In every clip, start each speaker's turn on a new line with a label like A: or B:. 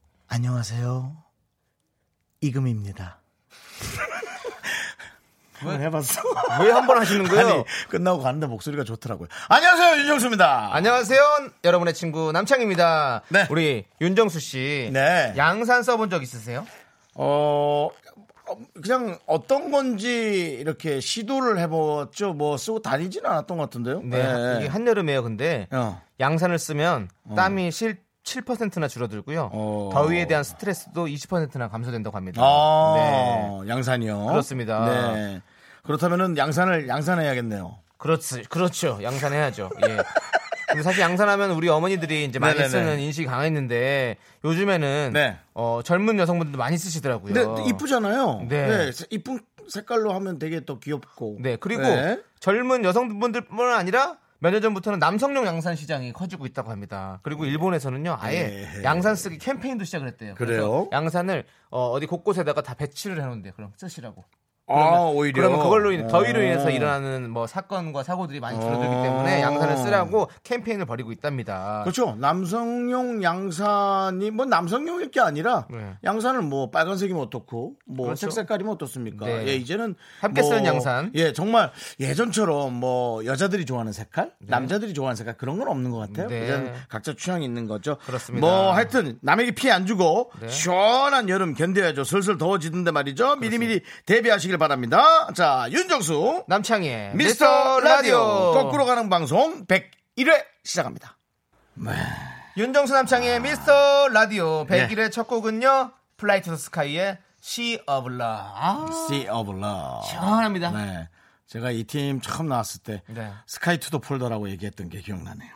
A: 안녕하세요. 이금입니다. 한번 해봤어.
B: 왜 한 번 하시는 거예요?
A: 아니, 끝나고 가는데 목소리가 좋더라고요. 안녕하세요, 윤정수입니다.
B: 안녕하세요. 여러분의 친구 남창입니다.
A: 네.
B: 우리 윤정수 씨.
A: 네.
B: 양산 써본 적 있으세요?
A: 어, 어, 그냥 어떤 건지 이렇게 시도를 해봤죠. 뭐 쓰고 다니지는 않았던 것 같은데요.
B: 네. 이게 한여름에요, 근데.
A: 어.
B: 양산을 쓰면 땀이 실 7%나 줄어들고요.
A: 어.
B: 더위에 대한 스트레스도 20%나 감소된다고 합니다.
A: 아,
B: 네.
A: 양산이요.
B: 그렇습니다.
A: 네. 그렇다면은 양산을 양산해야겠네요.
B: 그렇지, 그렇죠. 양산해야죠. 예. 근데 사실 양산하면 우리 어머니들이 이제 많이
A: 네네네.
B: 쓰는 인식이 강했는데 요즘에는
A: 네.
B: 어, 젊은 여성분들도 많이 쓰시더라고요.
A: 근데 이쁘잖아요.
B: 네.
A: 네. 이쁜 색깔로 하면 되게 또 귀엽고.
B: 네, 그리고
A: 네.
B: 젊은 여성분들뿐만 아니라 몇 년 전부터는 남성용 양산 시장이 커지고 있다고 합니다. 그리고 일본에서는요, 아예
A: 네.
B: 양산 쓰기 캠페인도 시작을 했대요. 그래서
A: 그래요?
B: 양산을 어, 디 곳곳에다가 다 배치를 해놓는데 그럼 쓰시라고.
A: 아, 오히려.
B: 그러면 그걸로 인해 더위로
A: 어.
B: 인해서 일어나는 뭐 사건과 사고들이 많이 줄어들기
A: 어.
B: 때문에 양산을 쓰라고 캠페인을 벌이고 있답니다.
A: 그렇죠. 남성용 양산이 뭐 남성용일 게 아니라
B: 네.
A: 양산은 뭐 빨간색이면 어떻고 뭐
B: 그렇죠.
A: 색색깔이면 어떻습니까?
B: 네.
A: 예, 이제는
B: 함께
A: 뭐,
B: 쓰는 양산.
A: 예, 정말 예전처럼 뭐 여자들이 좋아하는 색깔, 남자들이 좋아하는 색깔 그런 건 없는 것 같아요.
B: 네.
A: 이제는 각자 취향이 있는 거죠.
B: 그렇습니다.
A: 뭐 하여튼 남에게 피해 안 주고
B: 네.
A: 시원한 여름 견뎌야죠. 슬슬 더워지는데 말이죠. 미리미리 대비하시길 바랍니다. 자, 윤정수
B: 남창희의
A: 미스터 라디오 거꾸로 가는 방송 101회 시작합니다.
B: 윤정수
A: 아.
B: 남창의 미스터 라디오
A: 네.
B: 100일의 첫 곡은요. 플라이 투 스카이의 She of Love. 아,
A: Sea of Love.
B: 시원합니다.
A: 네. 제가 이 팀 처음 나왔을 때
B: 네. 아.
A: 스카이 투더 폴더라고 얘기했던 게 기억나네요.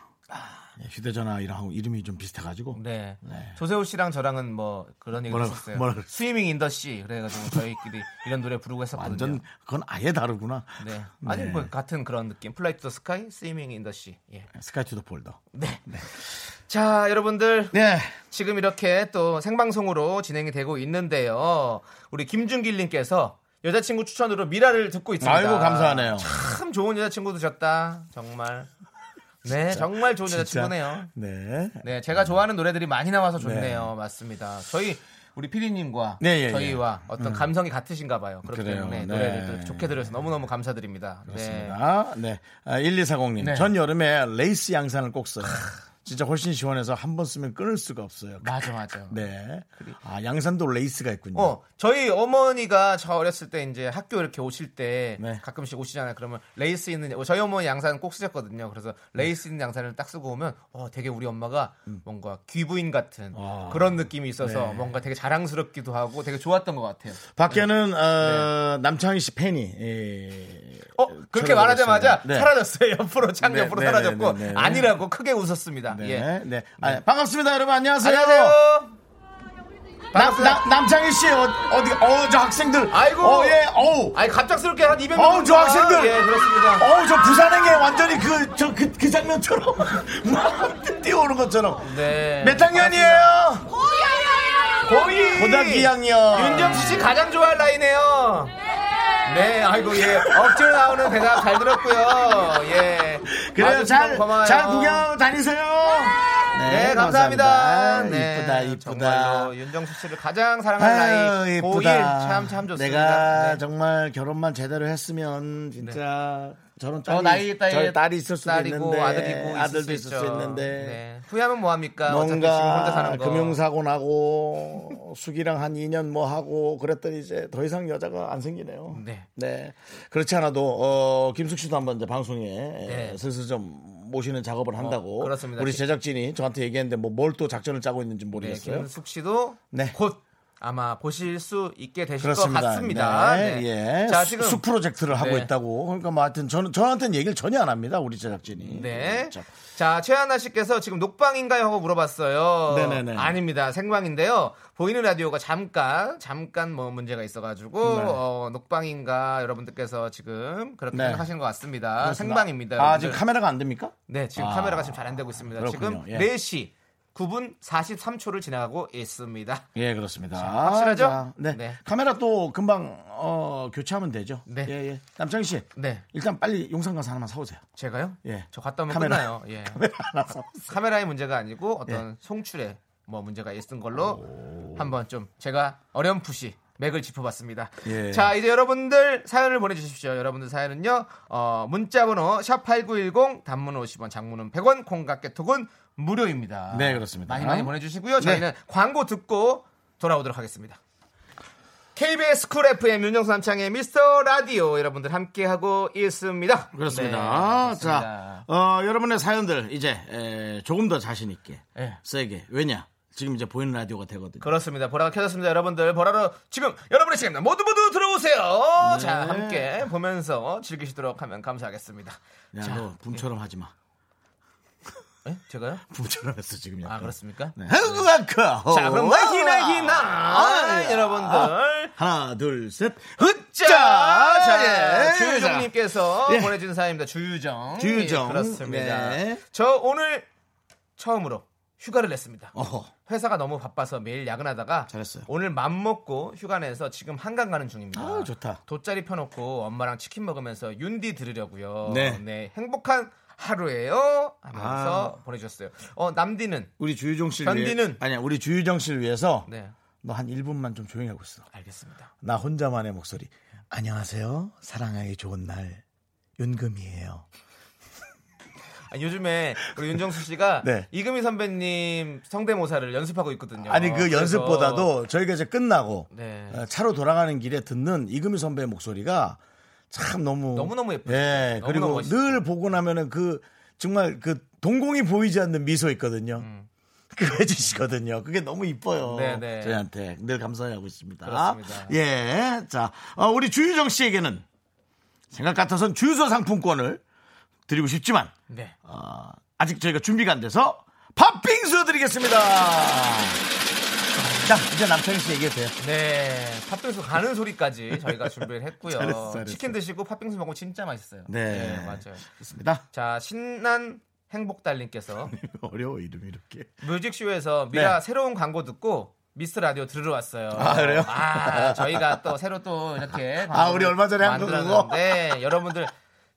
A: 예, 휴대전화이랑 이름이 좀 비슷해가지고.
B: 네.
A: 네.
B: 조세호 씨랑 저랑은 뭐 그런 얘기
A: 뭐라-
B: 했었어요.
A: 뭐라 그랬어요?
B: 스위밍 인더 씨 그래가지고 저희끼리 이런 노래 부르고 했었거든요.
A: 완전 그건 아예 다르구나.
B: 네. 아니
A: 네.
B: 뭐 같은 그런 느낌. 플라이 투 스카이, 스위밍 인더 씨. 예.
A: 스카이 투더 폴더.
B: 네. 자, 여러분들
A: 네.
B: 지금 이렇게 또 생방송으로 진행이 되고 있는데요. 우리 김준길님께서 여자친구 추천으로 미라를 듣고 있습니다.
A: 아이고 감사하네요.
B: 참 좋은 여자친구 드셨다. 정말. 네, 정말 좋은 여자친구네요.
A: 네.
B: 네, 제가 좋아하는 노래들이 많이 나와서 좋네요. 맞습니다. 저희 우리 피디님과
A: 네, 예,
B: 저희와 어떤 감성이 같으신가 봐요. 그렇기
A: 그래요. 네.
B: 때문에 노래를 또 좋게 들어서 너무너무 감사드립니다. 네.
A: 그렇습니다. 네. 아, 1240님.
B: 네.
A: 전 여름에 레이스 양산을 꼭 써요. 진짜 훨씬 시원해서 한 번 쓰면 끊을 수가 없어요.
B: 맞아, 맞아.
A: 네. 아, 양산도 레이스가 있군요.
B: 어, 저희 어머니가 저 어렸을 때 이제 학교 이렇게 오실 때
A: 네.
B: 가끔씩 오시잖아요. 그러면 레이스 있는 저희 어머니 양산을 꼭 쓰셨거든요. 그래서
A: 네.
B: 레이스 있는 양산을 딱 쓰고 오면 어, 되게 우리 엄마가 뭔가 귀부인 같은
A: 음. 아.
B: 그런 느낌이 있어서
A: 네.
B: 뭔가 되게 자랑스럽기도 하고 되게 좋았던 것 같아요.
A: 밖에는 어, 남창희 씨 팬이 예,
B: 어 그렇게 말하자마자
A: 네.
B: 사라졌어요. 옆으로 창
A: 네,
B: 옆으로
A: 네,
B: 사라졌고
A: 네, 네, 네.
B: 아니라고 크게 웃었습니다.
A: 네,
B: 예.
A: 네. 아, 반갑습니다, 여러분. 안녕하세요.
B: 안녕하세요.
A: 남, 남, 남창희 씨 어, 어디 어, 저 학생들.
B: 아이고.
A: 어, 예. 어우.
B: 아니 갑작스럽게 한 200명.
A: 어우, 저 학생들.
B: 예 그렇습니다.
A: 어우, 저 부산행에 완전히 그 저 그 그 장면처럼 막 뛰어오는 것처럼.
B: 네.
A: 몇 학년이에요?
B: 고이
A: 고등학교 2학년.
B: 윤정수 씨 가장 좋아할 나이네요. 네, 아이고 예. 억지로 나오는 대답 잘 들었고요. 예.
A: 그래요.
B: 와주신
A: 잘,
B: 분 고마워요.
A: 잘 구경 다니세요.
B: 네, 감사합니다.
A: 감사합니다.
B: 네,
A: 이쁘다, 이쁘다.
B: 정말로 윤정수 씨를 가장 사랑하는 나이
A: 아유,
B: 고일
A: 예쁘다.
B: 참 참 좋습니다.
A: 내가
B: 네.
A: 정말 결혼만 제대로 했으면 진짜 저런 딸이,
B: 저 네. 어, 나이 딸이
A: 저희 딸이 있을 수도
B: 딸이고
A: 있는데
B: 아들이고
A: 아들도 있을 수
B: 있죠.
A: 있는데
B: 네. 후회하면 뭐 합니까? 어차피 지금 혼자
A: 뭔가
B: 사는 거.
A: 금융사고 나고 숙이랑 한 2년 뭐 하고 그랬더니 이제 더 이상 여자가 안 생기네요.
B: 네.
A: 그렇지 않아도 어, 김숙 씨도 한번 이제 방송에 에, 슬슬 좀 모시는 작업을 한다고
B: 네. 어, 그렇습니다.
A: 우리 제작진이 저한테 얘기했는데 뭐 뭘 또 작전을 짜고 있는지
B: 네,
A: 모르겠어요.
B: 김숙 씨도
A: 네.
B: 곧 아마 보실 수 있게 되실
A: 그렇습니다.
B: 것 같습니다.
A: 네, 예.
B: 자
A: 수-
B: 지금
A: 수 프로젝트를 하고
B: 네.
A: 있다고. 그러니까 뭐 하여튼 저는 저한테는 얘기를 전혀 안 합니다. 우리 제작진이.
B: 네.
A: 자,
B: 자, 최하나 씨께서 지금 녹방인가요? 하고 물어봤어요.
A: 네네네.
B: 아닙니다. 생방인데요. 보이는 라디오가 잠깐, 잠깐 뭐 문제가 있어가지고,
A: 네.
B: 어, 녹방인가 여러분들께서 지금 그렇게
A: 네.
B: 생각하시는 것 같습니다.
A: 그렇습니다.
B: 생방입니다.
A: 아,
B: 여러분들.
A: 지금 카메라가 안 됩니까?
B: 네, 지금
A: 아,
B: 카메라가 지금 잘 안 되고 있습니다.
A: 그렇군요.
B: 지금
A: 예.
B: 4시 9분 43초를 지나가고 있습니다.
A: 예, 그렇습니다.
B: 확실하죠?
A: 자, 네.
B: 네.
A: 카메라 또 금방 어, 교체하면 되죠.
B: 네.
A: 예, 예. 남창희 씨.
B: 네,
A: 일단 빨리 용산 가서 하나만 사오세요.
B: 제가요?
A: 예.
B: 저 갔다 오면
A: 카메라.
B: 끝나요. 예.
A: 하나 사오세요.
B: 카메라의 문제가 아니고 어떤
A: 예.
B: 송출에 뭐 문제가 있은 걸로 한번 좀 제가 어렴풋이 맥을 짚어봤습니다.
A: 예.
B: 자 이제 여러분들 사연을 보내주십시오. 여러분들 사연은요 어, 문자번호 샵 #8910 단문 50원, 장문은 100원, 콩깍개톡은 무료입니다.
A: 네, 그렇습니다. 네.
B: 많이 많이 보내주시고요. 저희는 광고 듣고 돌아오도록 하겠습니다. KBS 쿨 FM 윤정수 남창의 미스터 라디오 여러분들 함께하고 있습니다.
A: 그렇습니다.
B: 네,
A: 자,
B: 그렇습니다.
A: 어, 여러분의 사연들 이제 에, 조금 더 자신 있게
B: 예.
A: 세게. 왜냐? 지금 이제 보이는 라디오가 되거든요.
B: 그렇습니다. 보라가 켜졌습니다, 여러분들. 보라로 지금 여러분의 시간입니다. 모두 모두 들어오세요.
A: 네.
B: 자, 함께 보면서 즐기시도록 하면 감사하겠습니다.
A: 야,
B: 자,
A: 너 붐처럼 하지 마.
B: 예? 제가요?
A: 붐처럼 했어 지금 약간.
B: 아, 그렇습니다. 그렇습니까?
A: 네. 아이고,
B: 자, 그럼
A: 아이고.
B: 나기나 기나
A: 아이고.
B: 여러분들.
A: 하나, 둘, 셋.
B: 자,
A: 흑자.
B: 자
A: 예.
B: 주유정님께서
A: 예.
B: 보내준 사연입니다. 주유정.
A: 주유정.
B: 예, 그렇습니다.
A: 네.
B: 저 오늘 처음으로 휴가를 냈습니다.
A: 어허.
B: 회사가 너무 바빠서 매일 야근하다가
A: 잘했어요.
B: 오늘 맘 먹고 휴가 내서 지금 한강 가는 중입니다.
A: 아, 좋다.
B: 돗자리 펴놓고 엄마랑 치킨 먹으면서 윤디 들으려고요.
A: 네.
B: 네. 행복한 하루예요.
A: 아.
B: 하면서 보내주셨어요. 어 남디는
A: 우리 주유정 씨를
B: 견디는.
A: 위해, 아니야, 우리 주유정 씨를 위해서
B: 네
A: 너 한 1분만 좀 조용히 하고 있어.
B: 알겠습니다.
A: 나 혼자만의 목소리. 안녕하세요. 사랑하기 좋은 날. 윤금이에요.
B: 아니, 요즘에 우리 윤정수 씨가
A: 네.
B: 이금희 선배님 성대모사를 연습하고 있거든요.
A: 아니 그
B: 그래서-
A: 연습보다도 저희가 이제 끝나고
B: 네.
A: 어, 차로 돌아가는 길에 듣는 이금희 선배의 목소리가 참 너무
B: 너무너무 예쁘죠.
A: 예,
B: 너무너무
A: 그리고
B: 멋있죠.
A: 늘 보고 나면은 그 정말 그 동공이 보이지 않는 미소 있거든요. 그거 해주시거든요. 그게 너무 이뻐요.
B: 음. 네, 네.
A: 저희한테 늘 감사하고 있습니다.
B: 그렇습니다.
A: 예, 자 어, 우리 주유정 씨에게는 생각 같아선 주유소 상품권을 드리고 싶지만
B: 네.
A: 어, 아직 저희가 준비가 안 돼서 팥빙수 드리겠습니다. 자, 이제 남창희 씨 얘기해도 돼요.
B: 네, 팥빙수 가는 소리까지 저희가 준비를 했고요.
A: 잘했어, 잘했어.
B: 치킨 드시고 팥빙수 먹으면 진짜 맛있어요.
A: 네.
B: 맞아요.
A: 좋습니다.
B: 자, 신난 행복달님께서
A: 어려워, 이름 이렇게.
B: 뮤직쇼에서 미라
A: 네.
B: 새로운 광고 듣고 미스 라디오 들으러 왔어요.
A: 아, 그래요?
B: 아, 저희가 또 새로 또 이렇게
A: 아, 우리 얼마 전에 한거 그거?
B: 네, 여러분들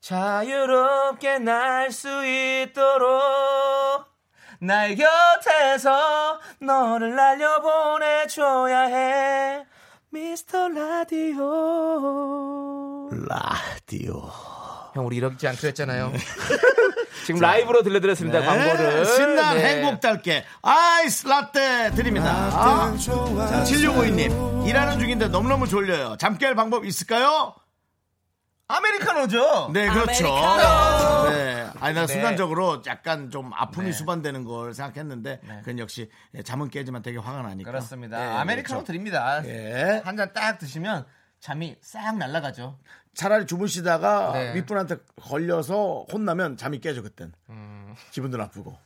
B: 자유롭게 날 수 있도록 날 곁에서 너를 날려보내줘야 해 미스터 라디오
A: 라디오.
B: 형 우리 이러지 않기로 했잖아요 음. 지금 라이브로 들려드렸습니다
A: 네,
B: 광고를
A: 신난
B: 네.
A: 행복 달게 아이스 라떼 드립니다. 아, 자, 7652님. 일하는 중인데 너무너무 졸려요. 잠 깰 방법 있을까요?
B: 아메리카노죠
A: 네, 그렇죠.
B: 아메리카노.
A: 네. 아니, 나
B: 네.
A: 순간적으로 약간 좀 아픔이
B: 네.
A: 수반되는 걸 생각했는데, 그건 역시 잠은 깨지만 되게 화가 나니까.
B: 그렇습니다.
A: 네,
B: 아메리카노
A: 그렇죠.
B: 드립니다.
A: 예.
B: 한 잔 딱 드시면 잠이 싹 날아가죠.
A: 차라리 주무시다가
B: 네.
A: 윗분한테 걸려서 혼나면 잠이 깨져 그땐
B: 음.
A: 기분도 나쁘고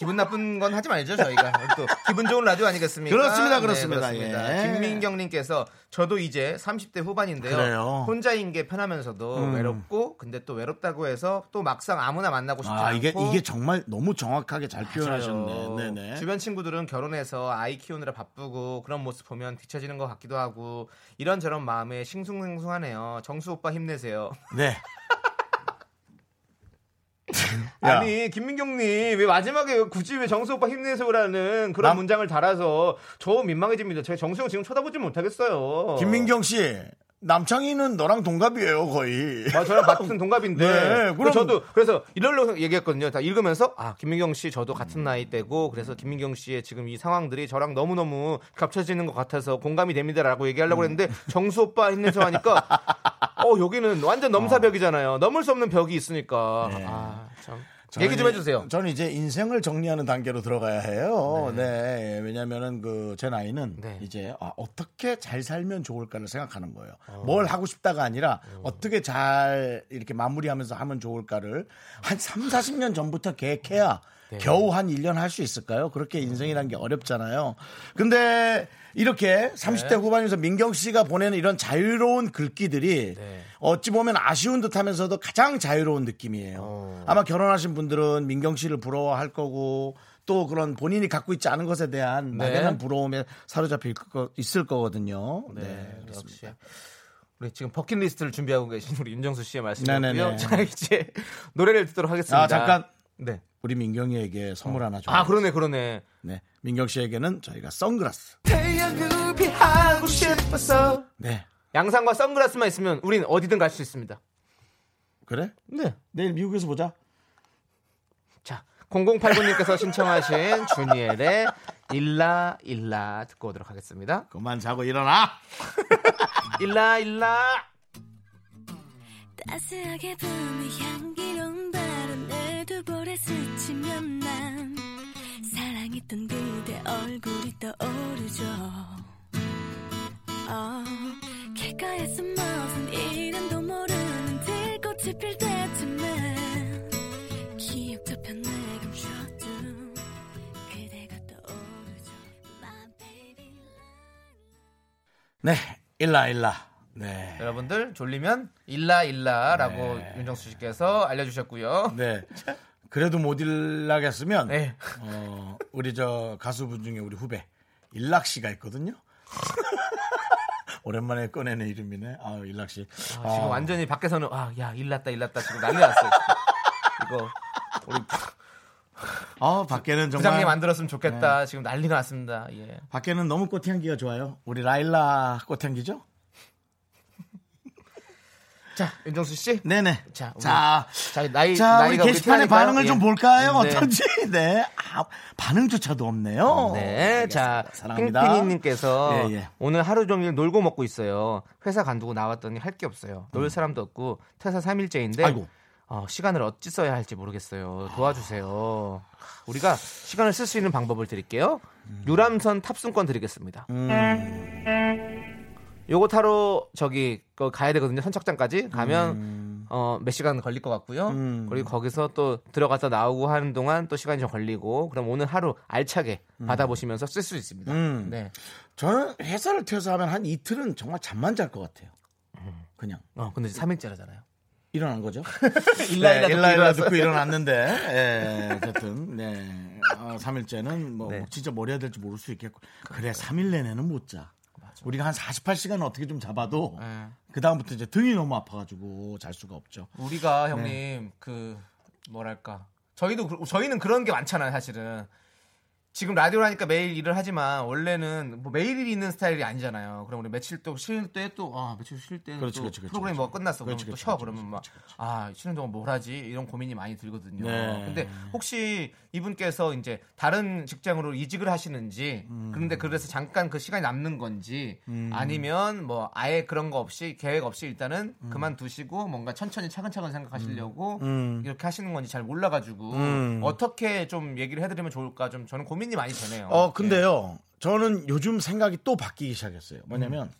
B: 기분 나쁜 건 하지 말죠 저희가 또 기분 좋은 라디오 아니겠습니까? 네,
A: 그렇습니다, 그렇습니다. 예.
B: 김민경님께서 저도 이제 30대 후반인데요.
A: 그래요. 음.
B: 혼자인 게 편하면서도 외롭고 근데 또 외롭다고 해서 또 막상 아무나 만나고 싶지
A: 아
B: 않고
A: 이게 이게 정말 너무 정확하게 잘
B: 맞아요.
A: 표현하셨네 네네
B: 주변 친구들은 결혼해서 아이 키우느라 바쁘고 그런 모습 보면 뒤처지는 것 같기도 하고 이런저런 마음에 싱숭생숭하네요. 정수 오빠 힘내세요.
A: 네 야.
B: 아니 김민경님 왜 마지막에 굳이 왜 정수 오빠 힘내세요라는 그런
A: 남-
B: 문장을 달아서 저 민망해집니다. 제가 정수 형 지금 쳐다보지 못하겠어요.
A: 김민경 씨 남창희는 너랑 동갑이에요 거의
B: 아, 저랑 같은 동갑인데.
A: 네,
B: 그래서
A: 그럼-
B: 저도 그래서 이럴려고 얘기했거든요. 다 읽으면서 아 김민경 씨 저도 같은 나이대고 그래서 김민경 씨의 지금 이 상황들이 저랑 너무 너무 겹쳐지는 것 같아서 공감이 됩니다라고 얘기하려고 했는데
A: 음.
B: 정수 오빠 힘내서 하니까
A: 네.
B: 어 여기는 완전 넘사벽이잖아요. 넘을 수 없는 벽이 있으니까 아 참. 얘기 좀 해주세요.
A: 저는 이제 인생을 정리하는 단계로 들어가야 해요. 네. 왜냐면은 그 제 나이는
B: 네.
A: 이제 아, 어떻게 잘 살면 좋을까를 생각하는 거예요.
B: 어.
A: 뭘 하고 싶다가 아니라
B: 음.
A: 어떻게 잘 이렇게 마무리하면서 하면 좋을까를 한 3, 40년 전부터 계획해야
B: 네.
A: 겨우 한 1년 할 수 있을까요? 그렇게 인생이란 게 어렵잖아요. 근데 이렇게 30대
B: 네.
A: 후반에서 민경 씨가 보내는 이런 자유로운 글귀들이
B: 네.
A: 어찌 보면 아쉬운 듯 하면서도 가장 자유로운 느낌이에요.
B: 어.
A: 아마 결혼하신 분들은 민경 씨를 부러워할 거고 또 그런 본인이 갖고 있지 않은 것에 대한
B: 네.
A: 막연한 부러움에 사로잡힐 거 있을 거거든요. 네. 그렇습니다.
B: 역시. 우리 지금 버킷리스트를 준비하고 계신 우리 윤정수 씨의 말씀이고요.
A: 네네네.
B: 자 이제 노래를 듣도록 하겠습니다.
A: 아, 잠깐.
B: 네.
A: 우리 민경이에게 선물 하나 줘요.
B: 아 그러네 그러네.
A: 네. 민경 씨에게는 저희가 선글라스.
B: 태양을 피하고 싶었어.
A: 네.
B: 양상과 선글라스만 있으면 우린 어디든 갈 수 있습니다.
A: 그래?
B: 네.
A: 내일 미국에서 보자.
B: 자 0089님께서 신청하신 주니엘의 일라 일라 듣고 오도록 하겠습니다.
A: 그만 자고 일어나.
B: 일라 일라.
C: 따스하게 붐이 향기로운 바람 내 두 볼에 스치면 난 사랑했던 그대 얼굴이 떠오르죠 어, 길가에서 무슨 이름도 모르는 들꽃이 필 때쯤에 기억 저편 내 감춰둔 그대가 떠오르죠 My baby
A: 네. 일라 일라. 네.
B: 여러분들 졸리면 일라 일라라고 윤정수 씨께서 알려주셨고요.
A: 네. 그래도 못 일나겠으면
B: 네.
A: 어, 우리 저 가수분 중에 우리 후배 일락 씨가 있거든요. 오랜만에 꺼내는 이름이네. 아 일락 씨.
B: 아,
A: 아,
B: 지금 완전히 밖에서는 아 야 일났다 일났다 지금 난리 났어요. 지금. 이거 우리
A: 아, 밖에는 정말
B: 부장님 안 들었으면 좋겠다. 지금 난리가 났습니다. 예.
A: 밖에는 너무 꽃향기가 좋아요. 우리 라일라 꽃향기죠?
B: 자 윤정수 씨.
A: 네네.
B: 자,
A: 자, 자,
B: 우리- 자 나이
A: 우리
B: 나이가
A: 게시판의
B: 비슷하니까요.
A: 반응을
B: 예.
A: 좀 볼까요?
B: 네.
A: 어떤지. 네. 아, 반응조차도 없네요.
B: 네, 자,
A: 어. 알겠습니다.
B: 핑핑이님께서
A: 예, 예.
B: 오늘 하루 종일 놀고 먹고 있어요. 회사 간두고 나왔더니 할 게 없어요. 놀 사람도 없고 퇴사 3일째인데
A: 음. 아이고.
B: 어, 시간을 어찌 써야 할지 모르겠어요. 도와주세요. 우리가 시간을 쓸 수 있는 방법을 드릴게요.
A: 음.
B: 유람선 탑승권 드리겠습니다.
A: 음.
B: 요거 타러 저기 거 가야 되거든요. 선착장까지 가면
A: 음.
B: 어, 몇 시간 걸릴 것 같고요. 그리고 거기서 또 들어가서 나오고 하는 동안 또 시간이 좀 걸리고 그럼 오늘 하루 알차게 받아보시면서 쓸 수 있습니다.
A: 음.
B: 네.
A: 저는 회사를 퇴사하면 한 이틀은 정말 잠만 잘 것 같아요. 그냥
B: 어, 근데 3일째라잖아요.
A: 일어난 거죠.
B: 일라 일라
A: 네,
B: 듣고
A: 일라
B: 일어났어요.
A: 듣고 일어났는데, 예, 어쨌든, 네. 어, 3일째는 뭐,
B: 네. 그렇죠.
A: 진짜 뭘 해야 될지 모를 수 있겠고. 그래, 3일 내내는 못 자. 우리가 한 48시간 어떻게 좀 잡아도,
B: 네.
A: 그다음부터 이제 등이 너무 아파가지고 잘 수가 없죠.
B: 우리가
A: 네.
B: 형님 그 뭐랄까 저희도 그- 저희는 그런 게 많잖아요 사실은 지금 라디오라니까 매일 일을 하지만 원래는 뭐 매일 일이 있는 스타일이 아니잖아요. 그럼 우리 며칠 또 쉴 때 또 아 며칠 쉴 때 또
A: 그렇지, 그렇지, 그렇지,
B: 프로그램이 뭐 끝났어
A: 그렇지,
B: 그럼
A: 그렇지,
B: 또쉬어
A: 그렇지,
B: 그러면
A: 그렇지,
B: 막 아 쉬는 동안 뭘 하지 이런 고민이 많이 들거든요.
A: 네.
B: 근데 혹시 이분께서 이제 다른 직장으로 이직을 하시는지
A: 음.
B: 그런데 그래서 잠깐 그 시간이 남는 건지 아니면 뭐 아예 그런 거 없이 계획 없이 일단은
A: 음.
B: 그만두시고 뭔가 천천히 차근차근 생각하시려고
A: 음.
B: 이렇게 하시는 건지 잘 몰라가지고 어떻게 좀 얘기를 해드리면 좋을까 좀 저는 고민이 많이 되네요. 예.
A: 어, 근데요. 저는 요즘 생각이 또 바뀌기 시작했어요. 뭐냐면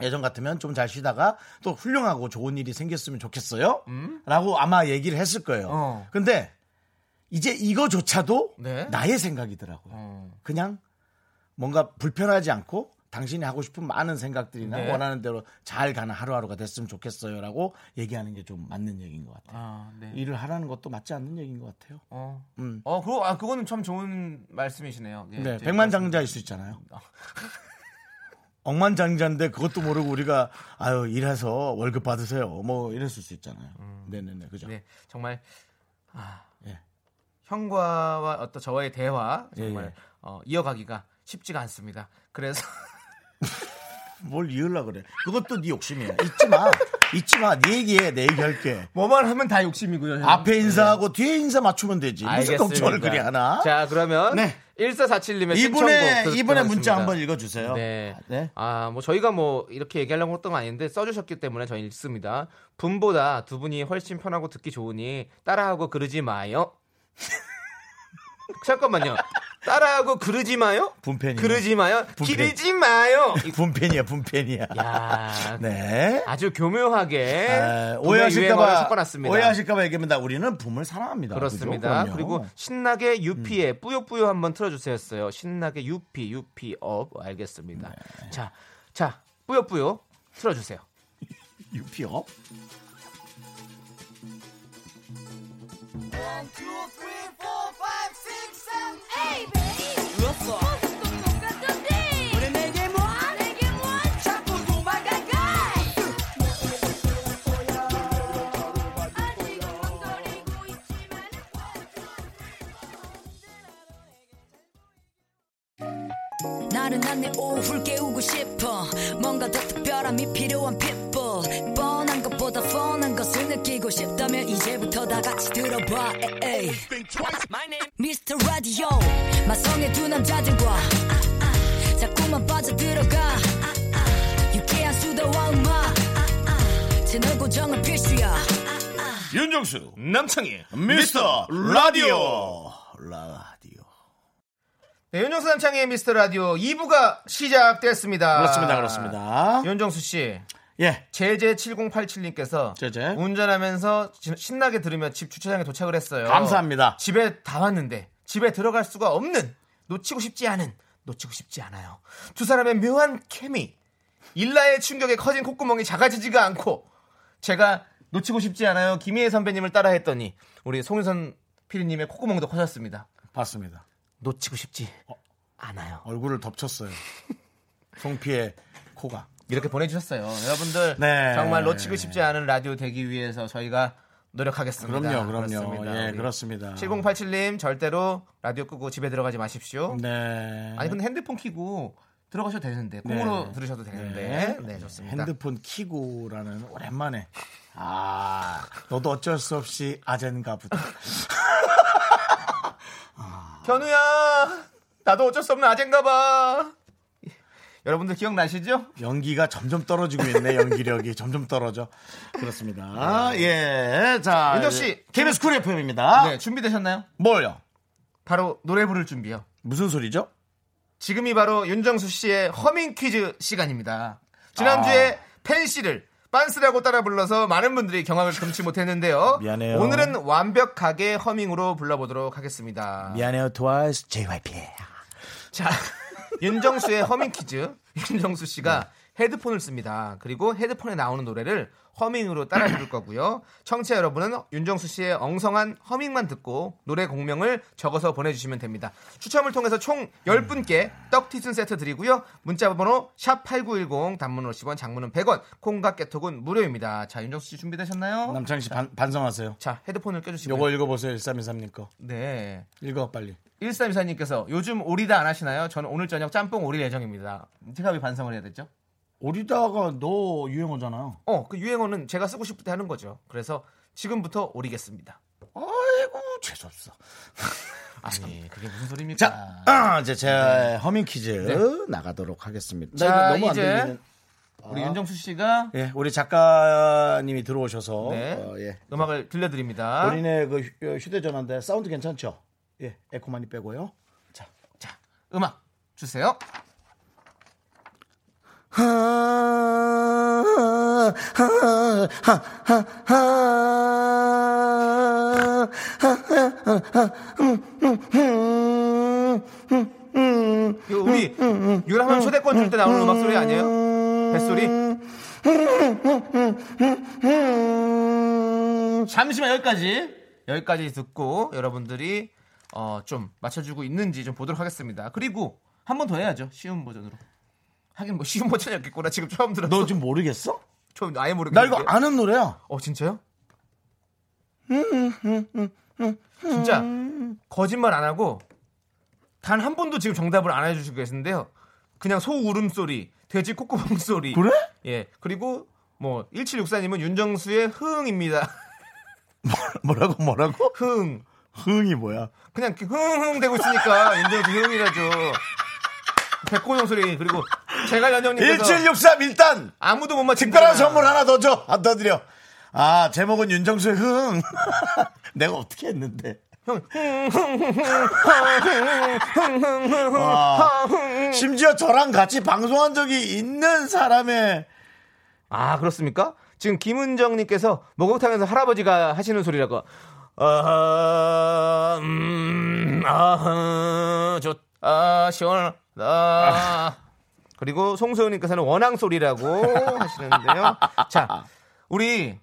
A: 예전 같으면 좀 잘 쉬다가 또 훌륭하고 좋은 일이 생겼으면 좋겠어요. 라고 아마 얘기를 했을 거예요.
B: 어.
A: 근데 이제 이거조차도
B: 네.
A: 나의 생각이더라고요.
B: 어.
A: 그냥 뭔가 불편하지 않고 당신이 하고 싶은 많은 생각들이나
B: 네.
A: 원하는 대로 잘 가는 하루하루가 됐으면 좋겠어요라고 얘기하는 게 좀 맞는 얘기인 것 같아요.
B: 아, 네.
A: 일을 하라는 것도 맞지 않는 얘기인 것 같아요.
B: 어.
A: 음.
B: 어, 그거, 아, 그거는 참 좋은 말씀이시네요. 예,
A: 네,
B: 이제
A: 백만장자일 수 있잖아요. 억만장자인데 그것도 모르고 우리가 아유 일해서 월급 받으세요. 뭐 이랬을 수 있잖아요. 네네네 그죠.
B: 네, 정말 아,
A: 예.
B: 형과와 어떤 저와의 대화 정말
A: 예, 예.
B: 어, 이어가기가 쉽지가 않습니다. 그래서
A: 뭘 이으려 그래. 그것도 네 욕심이야. 잊지 마. 잊지 마. 네 얘기해. 내 얘기할게.
D: 뭐만 하면 다 욕심이고요. 형.
A: 앞에 인사하고 뒤에 인사 맞추면 되지. 무슨
B: 네. 알겠습니다.
A: 걱정을 그리 하나?
B: 자, 그러면
A: 네.
B: 1447님의
A: 이분의 이분의 문자 한번 읽어주세요.
B: 네.
A: 네.
B: 아, 뭐 저희가 뭐 이렇게 얘기하려고 했던 건 아닌데 써주셨기 때문에 저희 읽습니다. 분보다 두 분이 훨씬 편하고 듣기 좋으니 따라하고 그러지 마요. 잠깐만요. 따라하고 그러지 마요.
A: 분팬이네.
B: 그러지 마요.
A: 분팬.
B: 기르지 마요.
A: 분팬이야, 분팬이야.
B: 야,
A: 네.
B: 아주 교묘하게
A: 아,
B: 분의 유행어를
A: 오해하실까봐
B: 섞어놨습니다.
A: 오해하실까봐 얘기합니다. 우리는 붐을 사랑합니다.
B: 그렇습니다.
A: 그죠? 그럼요.
B: 그
A: 음.
B: 리고 신나게 유피의 뿌요뿌요 한번 틀어주세요. 신나게 유피 유피 업 알겠습니다.
A: 네.
B: 자, 자 뿌요뿌요 틀어주세요.
A: 유피업.
C: 나른한 내 오후를 깨우고 싶어 뭔가 더 특별함이 필요한 people 뻔한 것보다 뻔한 것을 느끼고 싶다면 이제부터 다 같이 들어봐 에이. Mr. Radio 마성의 두 남자들과 아, 아, 자꾸만 빠져들어가 아, 아, 유쾌한 수다와 음악 아, 아, 채널 고정은 필수야
A: 윤정수 남창희 미스터 라디오 라디오.
B: 네, 윤정수 남창의 미스터 라디오 2부가 시작됐습니다.
A: 그렇습니다, 그렇습니다.
B: 윤정수 씨.
A: 예.
B: 제제 7087님께서
A: 제제.
B: 운전하면서 지- 신나게 들으며 집 주차장에 도착을 했어요.
A: 감사합니다.
B: 집에 다 왔는데 집에 들어갈 수가 없는 놓치고 싶지 않은 놓치고 싶지 않아요. 두 사람의 묘한 케미. 일라의 충격에 커진 콧구멍이 작아지지가 않고 제가 놓치고 싶지 않아요. 김희애 선배님을 따라했더니 우리 송윤선 피디님의 콧구멍도 커졌습니다.
A: 봤습니다.
B: 놓치고 싶지
A: 어.
B: 않아요.
A: 얼굴을 덮쳤어요. 송피의 코가.
B: 이렇게 보내주셨어요. 여러분들
A: 네.
B: 정말 놓치고 싶지 않은 라디오 되기 위해서 저희가 노력하겠습니다.
A: 그럼요, 그럼요.
B: 그렇습니다.
A: 예,
B: 우리
A: 그렇습니다.
B: 7087님 절대로 라디오 끄고 집에 들어가지 마십시오.
A: 네.
B: 아니 근데 핸드폰 키고 들어가셔도 되는데 콩으로
A: 네.
B: 들으셔도 되는데 네, 좋습니다.
A: 핸드폰 키고라는 오랜만에 아 너도 어쩔 수 없이 아젠가 보다
B: 견우야 나도 어쩔 수 없는 아젠가봐. 예. 여러분들 기억나시죠?
A: 연기가 점점 떨어지고 있네 연기력이 점점 떨어져 그렇습니다 아, 예자
B: 윤정 씨.
A: KBS 쿨 FM입니다
B: 네 준비되셨나요?
A: 뭘요
B: 바로 노래 부를 준비요.
A: 무슨 소리죠
B: 지금이 바로 윤정수 씨의 허밍 퀴즈 시간입니다. 지난주에
A: 아.
B: 펜 씨를 빤스라고 따라 불러서 많은 분들이 경악을 금치 못했는데요.
A: 미안해요.
B: 오늘은 완벽하게 허밍으로 불러보도록 하겠습니다.
A: 아. 미안해요 트와이스 JYP
B: 자, 윤정수의 허밍 퀴즈. 윤정수 씨가 헤드폰을 씁니다. 그리고 헤드폰에 나오는 노래를 허밍으로 따라 부를 거고요. 청취자 여러분은 윤정수 씨의 엉성한 허밍만 듣고 노래 공명을 적어서 보내주시면 됩니다. 추첨을 통해서 총 10분께 떡티순 세트 드리고요. 문자번호 샵8910 단문 50원 장문은 100원 콩과 깨톡은 무료입니다. 자, 윤정수 씨 준비되셨나요?
A: 어? 남창 씨 반, 반성하세요
B: 자, 헤드폰을 껴주시고요.
A: 요거 읽어보세요 1323님 거
B: 네.
A: 읽어 빨리
B: 1324님께서 요즘 오리다 안 하시나요? 저는 오늘 저녁 짬뽕 오릴 예정입니다. 제가 왜 반성을 해야 되죠?
A: 오리다가 너 유행어잖아요
B: 어, 그 유행어는 제가 쓰고 싶을 때 하는 거죠. 그래서 지금부터 오리겠습니다.
A: 아이고 재수없어
B: 아니, 그게 무슨 소리입니까?
A: 자, 아, 네. 이제 제 허밍 퀴즈 나가도록 하겠습니다.
B: 자,
A: 나 이거
B: 이제
A: 들리는-
B: 우리 윤정수 씨가
A: 예, 우리 작가님이 들어오셔서
B: 네,
A: 어, 예.
B: 음악을 들려드립니다.
A: 본인의 그 휴- 휴대전화인데 사운드 괜찮죠? 예, 에코 많이 빼고요.
B: 자, 음악 주세요.
A: 음,
B: 이거 우리 유람함 초대권 줄 때 나오는 음악 소리 아니에요? 뱃소리? 잠시만 여기까지 여기까지 듣고 여러분들이 어, 좀 맞춰주고 있는지 좀 보도록 하겠습니다. 그리고 한 번 더 해야죠. 쉬운 버전으로. 하긴 뭐 쉬운 버전이었겠구나. 지금 처음 들었어.
A: 너 지금 모르겠어?
B: 처음 아예 모르게.
A: 나 이거 아는 음, 노래야.
B: 어 진짜요?
A: 음,
B: 진짜 거짓말 안 하고 단 한 번도 지금 정답을 안 해주시고 계신데요. 그냥 소 울음소리, 돼지 콧구멍 소리.
A: 그래?
B: 예. 그리고 뭐 1764님은 윤정수의 흥입니다.
A: 뭐라고 뭐라고?
B: 흥.
A: 흥이 뭐야?
B: 그냥 이렇게 흥흥 대고 있으니까 윤정수 흥이라죠. 백호동 소리 그리고 제가 연영님께서
A: 1763 일단
B: 아무도 못 맞힌
A: 특별한 선물 하나 더 줘. 아, 더 드려. 아, 제목은 윤정수의 흥. 내가 어떻게 했는데. 와, 심지어 저랑 같이 방송한 적이 있는 사람의
B: 아 그렇습니까? 지금 김은정님께서 목욕탕에서 할아버지가 하시는 소리라고. 아, 음, 아, 좋, 아, 시원하다. 그리고 송소연님께서는 원앙 소리라고 하시는데요. 자, 우리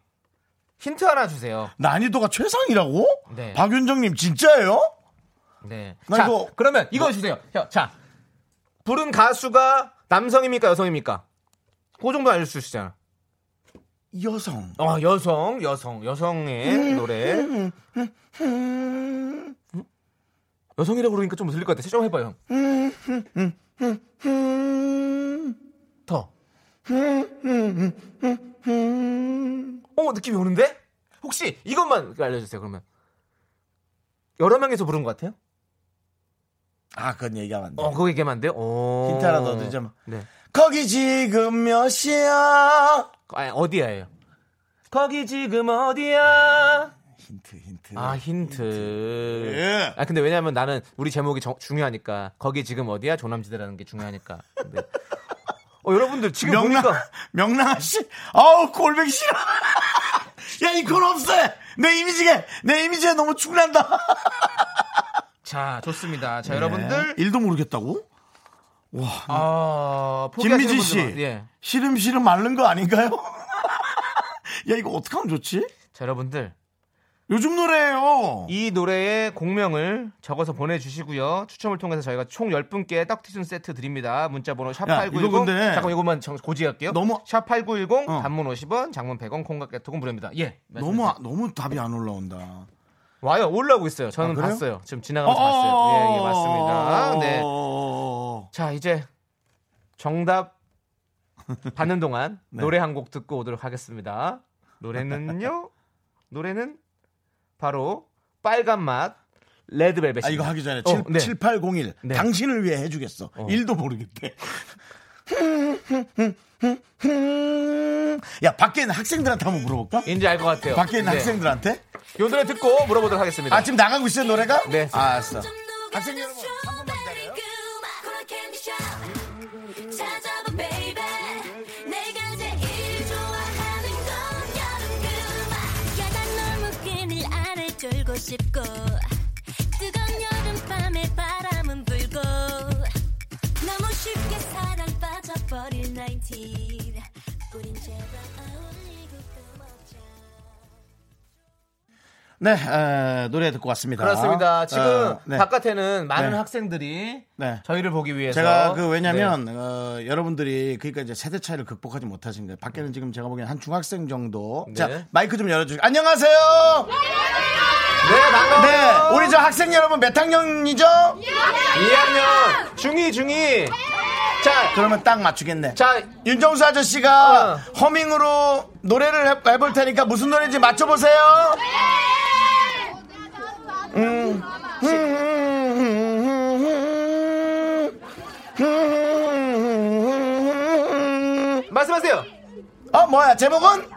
B: 힌트 하나 주세요.
A: 난이도가 최상이라고?
B: 네.
A: 박윤정님 진짜예요?
B: 네.
A: 나
B: 자,
A: 이거- 뭐?
B: 그러면 이거 주세요. 형, 자, 부른 가수가 남성입니까 여성입니까? 그 정도 알려주시잖아.
A: 여성.
B: 어, 여성, 여성, 여성의 노래. 여성이라고 그러니까 좀 들릴 것 같아. 좀 해봐요, 형. 더. 어, 느낌이 오는데? 혹시 이것만 알려주세요, 그러면. 여러 명이서 부른 것 같아요?
A: 아, 그건 얘기하면 안 돼.
B: 어, 그거 얘기하면 안 돼요? 어.
A: 힌트 하나 더 드리자면.
B: 네.
A: 거기 지금 몇 시야?
B: 아, 어디야예요? 거기 지금 어디야?
A: 힌트, 힌트.
B: 아 힌트.
A: 예.
B: 아 근데 왜냐면 나는 우리 제목이 정- 중요하니까 거기 지금 어디야 조남지대라는 게 중요하니까. 네. 어 여러분들 지금
A: 명랑,
B: 보니까
A: 명랑아 씨. 아우, 꼴보기 싫어. 야, 이건 없애! 내 이미지에, 내 이미지에 너무 충분한다.
B: 자 좋습니다.
A: 네.
B: 자 여러분들
A: 예. 일도 모르겠다고?
B: 아 포기하시는
A: 김미지 씨.
B: 분들만- 예.
A: 시름시름 말른 거 아닌가요? 야, 이거 어떡하면 좋지?
B: 자 여러분들
A: 요즘 노래예요
B: 이 노래의 공명을 적어서 보내주시고요. 추첨을 통해서 저희가 총 10분께 떡티순 세트 드립니다. 문자번호
A: 야,
B: 샵8910.
A: 이거 근데
B: 잠깐 이것만 정- 고지할게요.
A: 너무-
B: 샵8910
A: 어.
B: 단문 50원, 장문 100원, 콩깍개톡은 무료입니다. 예.
A: 너무,
B: 말씀하세요.
A: 아- 너무 답이 안 올라온다.
B: 와요. 올라오고 있어요. 저는
A: 아, 그래요?
B: 봤어요. 지금 지나가면서 봤어요. 예, 예, 맞습니다. 네.
A: 어,
B: 자, 이제 정답 받는 동안
A: 네.
B: 노래 한 곡 듣고 오도록 하겠습니다. 노래는요? 노래는 바로 빨간 맛 레드벨벳.
A: 아, 이거 하기 전에
B: 어,
A: 칠
B: 네.
A: 7801.
B: 네.
A: 당신을 위해 해주겠어. 일도 모르겠대. 야, 밖에 있는 학생들한테 한번 물어볼까?
B: 인지 알 것 같아요.
A: 밖에 있는
B: 네.
A: 학생들한테?
B: 요 노래 듣고 물어보도록 하겠습니다.
A: 아, 지금 나가고 있어요, 노래가?
B: 네.
A: 아, 알았어.
C: 학생 여러분 한 번만 기다려요 찾아봐 baby 내가 제일 좋아하는 건 여름그만 야단 널 묶인 일 안에 졸고 싶고 뜨거운 여름밤에 바람은 불고 너무 쉽게 사랑 빠져버릴 19 우린 제발 어울리고 끊어자
A: 네, 에, 노래 듣고 왔습니다.
B: 그렇습니다.
A: 어,
B: 지금
A: 네.
B: 바깥에는 많은
A: 네.
B: 학생들이
A: 네.
B: 저희를 보기 위해서
A: 제가 그 왜냐면
B: 네.
A: 어, 여러분들이 그러니까 이제 세대 차이를 극복하지 못하신 거예요. 밖에는 지금 제가 보기엔 한 중학생 정도.
B: 네.
A: 자 마이크 좀 열어주시고 안녕하세요.
B: 네, 반가워요. 예.
A: 네, 우리 저 학생 여러분 몇 학년이죠?
B: 네. 2학년 중이 중이 자,
A: 그러면 딱 맞추겠네.
B: 자
A: 윤정수 아저씨가
B: 어.
A: 허밍으로 노래를 해, 해볼 테니까 무슨 노래인지 맞춰보세요.
B: 네.
A: 음.
B: 말씀하세요.
A: 어 뭐야 제목은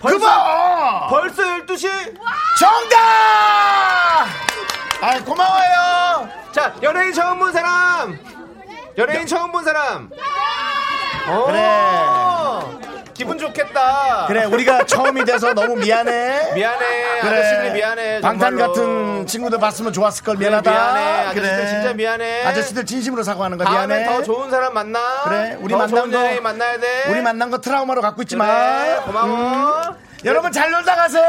A: 그만
B: 아. 벌써 12시.
A: 정답 아 고마워요
B: 자, 연예인 처음 본 사람. 연예인 처음 본 사람. 오,
A: 그래.
B: 기분 좋겠다.
A: 네. 그래 우리가 처음이 돼서 너무 미안해
B: 미안해. 아저씨들 미안해.
A: 방탄
B: 정말로.
A: 같은 친구들 봤으면 좋았을 걸 미안하다
B: 미안해. 아저씨들 진짜 미안해.
A: 아저씨들 진심으로 사과하는 거야
B: 다음에
A: 미안해
B: 더 좋은 사람 만나.
A: 그래, 우리
B: 더
A: 만난
B: 좋은
A: 거-
B: 연예인 만나야 돼.
A: 우리 만난 거 트라우마로 갖고 있지
B: 그래,
A: 마 음.
B: 고마워.
A: 여러분 잘 놀다 가세요